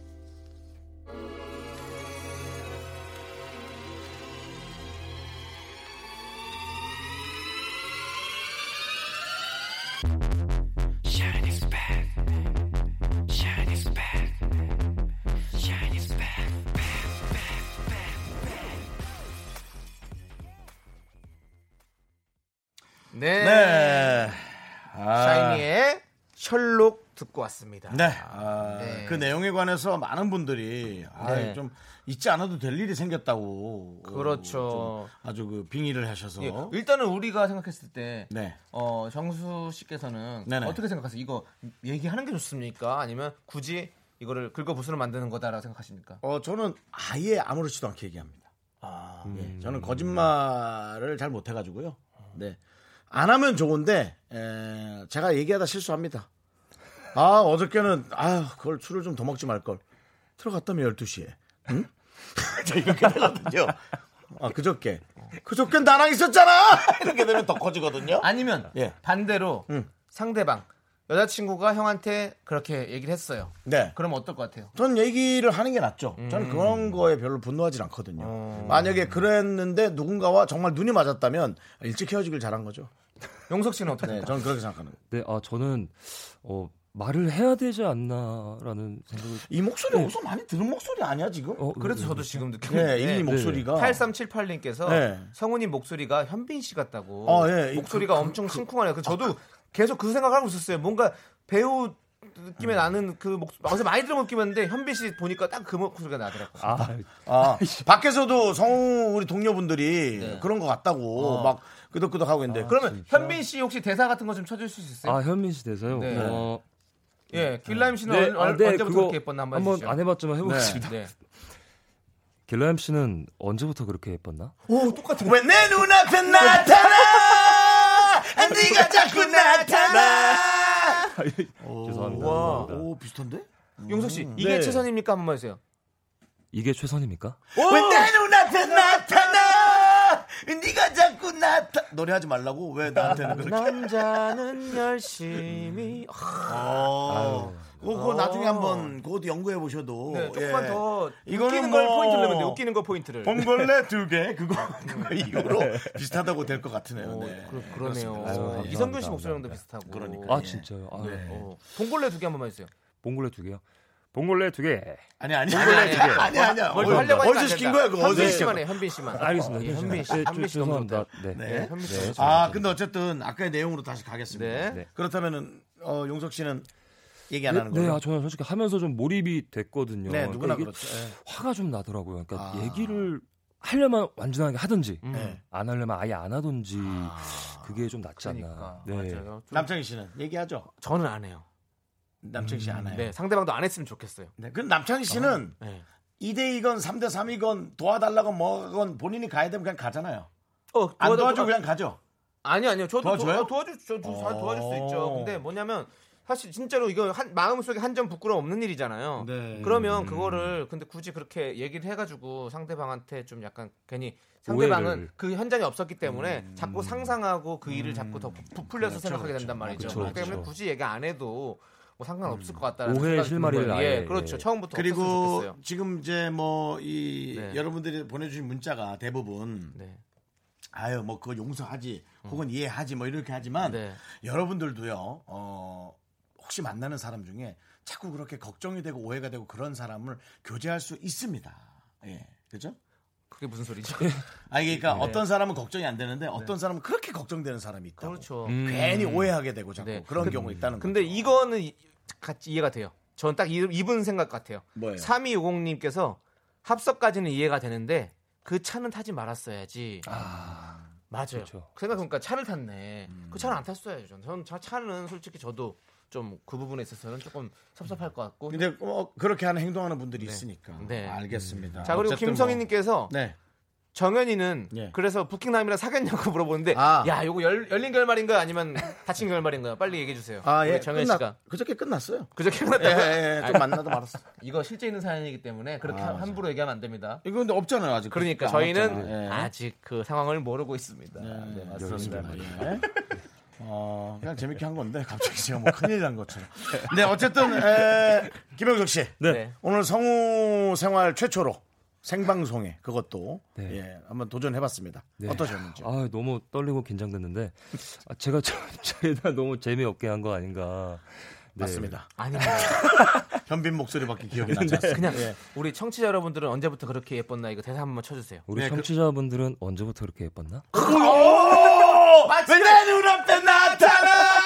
B: 네.
A: 네. 아.
B: 샤이니의 셜록 듣고 왔습니다.
A: 네. 아,
B: 네.
A: 그 내용에 관해서 많은 분들이
B: 네.
A: 아, 좀 잊지 않아도 될 일이 생겼다고.
B: 그렇죠.
A: 좀 아주 그 빙의를 하셔서.
B: 예, 일단은 우리가 생각했을 때
A: 네.
B: 어, 정수 씨께서는
A: 네네.
B: 어떻게 생각하세요? 이거 얘기하는 게 좋습니까? 아니면 굳이 이거를 긁어 부스로 만드는 거다라고 생각하십니까?
A: 어, 저는 아예 아무렇지도 않게 얘기합니다. 예, 저는 거짓말을 잘 못해가지고요. 네. 안 하면 좋은데, 에, 제가 얘기하다 실수합니다. 아, 어저께는, 아 그걸 술을 좀 더 먹지 말걸. 들어갔다면 12시에. 응? 저 이렇게 되거든요. 아, 그저께. 그저께 나랑 있었잖아! 이렇게 되면 더 커지거든요.
B: 아니면
A: 예.
B: 반대로
A: 음.
B: 상대방 여자친구가 형한테 그렇게 얘기를 했어요.
A: 네.
B: 그럼 어떨 것 같아요?
A: 전 얘기를 하는 게 낫죠. 저는 그런 거에 별로 분노하지 않거든요. 만약에 그랬는데 누군가와 정말 눈이 맞았다면 일찍 헤어지길 잘한 거죠.
B: 용석 씨는 어떻게
A: 네, 저는 그렇게 생각하는 거예요.
H: 네, 아 저는 어, 말을 해야 되지 않나라는 생각을.
A: 이 목소리 어디서 많이 들은 목소리 아니야 지금?
H: 어,
B: 그래서
H: 네. 아.
B: 저도 지금 느끼는
A: 네, 이 목소리가
B: 8378님께서
A: 네.
B: 성우님 목소리가 현빈 씨 같다고
A: 아, 예.
B: 목소리가 엄청 심쿵하네요. 그 저도 계속 그 생각하고 있었어요. 뭔가 배우 느낌에 나는 그 목소리 어제 많이 들어본 느낌이었는데 현빈 씨 보니까 딱 그 목소리가 나더라고요.
H: 아,
A: 아, 밖에서도 성우 우리 동료분들이 그런 것 같다고 막 끄덕끄덕 하고 있는데 그러면
B: 그러면 현빈 씨 혹시 대사 같은 거 좀 쳐줄 수 있어요?
H: 아 현민 씨 대사요.
B: 네.
H: 어,
B: 예, 길라임 씨는
H: 네,
B: 얼,
H: 아,
B: 얼-
H: 네,
B: 언제부터
H: 그거
B: 그렇게 예뻤나 한번
H: 한번
B: 해주시죠.
H: 안 해봤지만 해보겠습니다.
B: 네.
H: 길라임 씨는 언제부터 그렇게 예뻤나?
A: 오 똑같은 왜내 눈앞에 나타나 네가 자꾸 나타나
H: 죄송합니다.
A: 어.
B: 와.
H: 죄송합니다.
A: 비슷한데?
B: 용석 씨 이게
A: 네.
B: 최선입니까 한번 해주세요.
H: 이게 최선입니까?
B: 어.
A: 왜 내 눈앞에 나타나 네가 자꾸 나타 노래하지 말라고 왜 나한테는 그렇게
B: 남자는 열심히
A: 어. 그거 나중에
B: 어.
A: 한번 그것도 연구해 보셔도
B: 네, 조금만
A: 예.
B: 더
A: 이거는
B: 웃기는
A: 뭐
B: 걸 포인트를 넣으면 돼요. 웃기는 걸 포인트를. 네.
A: 봉골레 두개 그거 그거 이후로 비슷하다고 될 것 같으네요. 네.
B: 그, 그러네요.
H: 그렇습니다. 아유,
B: 이성균 씨
H: 감사합니다.
B: 목소리랑도 비슷하고.
A: 그러니까요.
H: 아
A: 예.
H: 진짜요. 아,
B: 어, 봉골레 두 개 한 번만 해주세요.
H: 봉골레 두 개요. 봉골레 두 개.
A: 아니 아니
B: 아니,
A: 아니
B: 아니, 아니.
A: 아니 아니야.
B: 뭘 하려고 하니까
A: 어디서
B: 안
A: 시킨
B: 된다.
A: 거야 그거 어디서
B: 현빈
A: 시킨
B: 씨만 해.
A: 거야.
B: 현빈 씨만.
H: 아, 알겠습니다.
B: 어, 예, 현빈 씨.
H: 네,
B: 현빈 씨 너무
H: 죄송합니다.
B: 좋다.
H: 네.
A: 네.
B: 현빈 씨
H: 네,
A: 아
B: 너무
H: 죄송합니다.
A: 근데 어쨌든 아까의 내용으로 다시 가겠습니다.
B: 네.
H: 네.
A: 그렇다면은 어, 용석 씨는 얘기 안
H: 네,
A: 하는
H: 네,
A: 거예요.
H: 아, 저는 솔직히 하면서 좀 몰입이 됐거든요. 그러니까
A: 네, 누구나
H: 이게
A: 그렇죠. 예.
H: 화가 좀 나더라고요. 그러니까
A: 아.
H: 얘기를 하려면 완전하게 하든지
A: 네.
H: 안 하려면 아예 안 하든지 그게 좀 낫지
B: 그러니까.
H: 않나. 네.
B: 맞아요. 좀-
A: 남창희 씨는 얘기하죠.
B: 저는 안 해요.
A: 남창희 씨 안 해요.
B: 네, 상대방도 안 했으면 좋겠어요.
A: 네. 그럼 남창희 씨는
B: 네.
A: 2대 2건 3대 3이건 도와달라건 뭐건 본인이 가야 되면 그냥 가잖아요.
B: 어,
A: 안
B: 도와줘-
A: 도와주고 그냥 가죠.
B: 아니 아니요. 저도
A: 도와줘요?
B: 도와줄 저도 다
A: 어.
B: 도와줄 수 있죠. 근데 뭐냐면 사실 진짜로 이거 한 마음속에 한 점 부끄러움 없는 일이잖아요.
A: 네.
H: 음.
B: 그러면 그거를 근데 굳이 그렇게 얘기를 해가지고 상대방한테 좀 약간 괜히 상대방은
H: 오해를. 음.
B: 그 현장에 없었기 때문에 자꾸 상상하고 그 일을 자꾸 더 부풀려서 생각하게 된단 말이죠.
H: 그렇죠,
B: 그렇기 때문에
H: 그렇죠.
B: 굳이 얘기 안 해도 뭐 상관없을 것 같다라는
H: 오해의
B: 생각이
H: 실마리를
B: 드는 거예요.
H: 아예,
B: 예, 그렇죠.
H: 예.
B: 처음부터 없었으면
A: 그리고
B: 좋겠어요.
A: 지금 이제 뭐 이
B: 네.
A: 여러분들이 보내주신 문자가 대부분 아유 뭐 그거 용서하지
B: 음.
A: 혹은 이해하지 뭐 이렇게 하지만
B: 네.
A: 여러분들도요 어 혹시 만나는 사람 중에 자꾸 그렇게 걱정이 되고 오해가 되고 그런 사람을 교제할 수 있습니다 예 그죠?
B: 그게 무슨 소리죠?
A: 아니 그러니까
B: 네.
A: 어떤 사람은 걱정이 안 되는데 어떤 사람은 그렇게 걱정되는 사람이 있고
H: 음.
B: 그렇죠.
A: 괜히 오해하게 되고 자꾸 그런 경우 있다는
B: 네. 그러니까. 근데 이거는 이- 같이 이해가 돼요. 전 딱 이분 생각 같아요.
A: 뭐예요?
B: 3250님께서 합석까지는 이해가 되는데 그 차는 타지 말았어야지. 맞아요.
H: 그렇죠.
B: 생각해보니까 차를 탔네.
A: 음.
B: 그 차는 안 탔어야죠. 저는. 저는 차, 차는 솔직히 저도 좀 그 부분에 있어서는 조금 섭섭할 것 같고.
A: 근데 어, 그렇게 하는 행동하는 분들이 있으니까
B: 네.
A: 알겠습니다.
B: 자 그리고
A: 어쨌든
B: 김성희님께서
A: 네. 예.
B: 정현이는 그래서 부킹남이랑 사귀었냐고 물어보는데
A: 아.
B: 야 요거 열, 열린 결말인가 아니면 닫힌 결말인가 빨리 얘기해 주세요.
A: 뭐. 아,
B: 우리
A: 예.
B: 정현
A: 끝났-
B: 씨가
A: 그저께 끝났어요.
B: 그저께 끝났다고요?
A: 예, 예, 예. 좀 만나다 말았어.
B: 이거 실제 있는 사연이기 때문에 그렇게
A: 아,
B: 함부로 얘기하면 안 됩니다.
A: 이거 근데 없잖아요, 아직.
B: 그러니까
A: 그렇게 안
B: 저희는
A: 왔잖아요. 예.
B: 아직 그 상황을 모르고 있습니다. 네, 맞습니다. 네.
A: 예. 어, 그냥 재밌게 한 건데 갑자기 제가 뭐 큰일 난 것처럼. 네, 어쨌든 에, 김영석 씨.
B: 네.
A: 오늘 성우 생활 최초로 생방송에 그것도
B: 네.
A: 예, 한번 도전해 봤습니다.
H: 네.
A: 어떠셨는지.
H: 아, 너무 떨리고 긴장됐는데 아, 제가 저- 저희가 너무 재미없게 한 거 아닌가. 네.
A: 맞습니다.
B: 아닙니다.
A: 현빈 목소리밖에 기억이 나지 않습니다.
B: 그냥
A: 예.
B: 우리 청취자 여러분들은 언제부터 그렇게 예뻤나 이거 대사 한번 쳐주세요.
H: 우리
A: 네, 그-
H: 청취자분들은 언제부터 이렇게 예뻤나?
A: 왜내 눈앞에 나타나!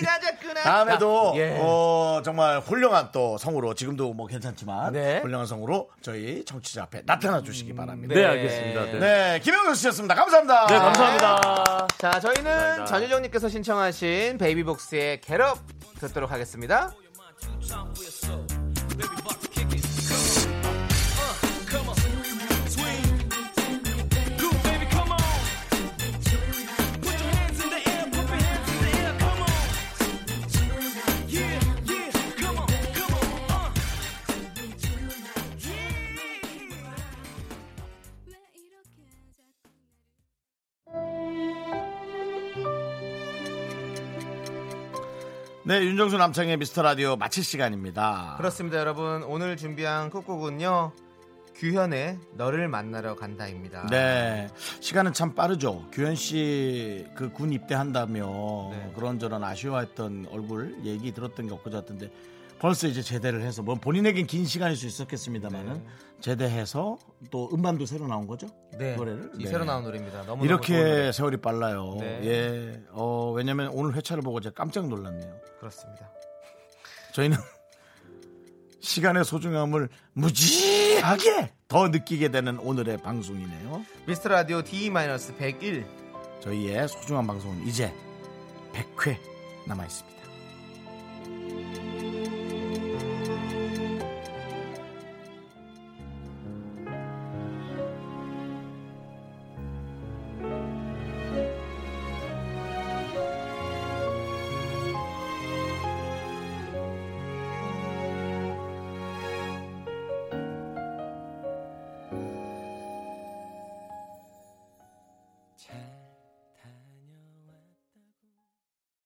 B: 네가 접근한
A: 다음에도
B: 예.
A: 어, 정말 훌륭한 또 성우로 지금도 뭐 괜찮지만
B: 네.
A: 훌륭한 성우로 저희 청취자 앞에 나타나 주시기 바랍니다.
H: 네, 알겠습니다. 네.
A: 네, 김영석 씨였습니다. 감사합니다.
H: 네, 감사합니다.
B: 자, 저희는 전유정님께서 신청하신 베이비복스의 겟업 듣도록 하겠습니다.
J: uh.
A: 네, 윤정수 남창의 미스터 라디오 마칠 시간입니다.
B: 그렇습니다, 여러분. 오늘 준비한 꾹꾹은요. 규현의 너를 만나러 간다입니다.
A: 네, 시간은 참 빠르죠. 규현 씨 그 군 입대한다며
B: 네.
A: 그런저런 아쉬워했던 얼굴 얘기 들었던 게 엊그저였던데 벌써 이제 제대를 해서 뭐 본인에겐 긴 시간일 수 있었겠습니다만은 제대해서 또 음반도 새로 나온 거죠?
B: 네.
A: 노래를
B: 이
A: 네.
B: 새로 나온 노래입니다. 너무
A: 이렇게 세월이 빨라요.
B: 네.
A: 예. 어, 왜냐면 오늘 회차를 보고 제가 깜짝 놀랐네요.
B: 그렇습니다.
A: 저희는 시간의 소중함을 무지하게 더 느끼게 되는 오늘의 방송이네요.
B: 미스터 라디오 D-101
A: 저희의 소중한 방송은 이제 100회 남아 있습니다.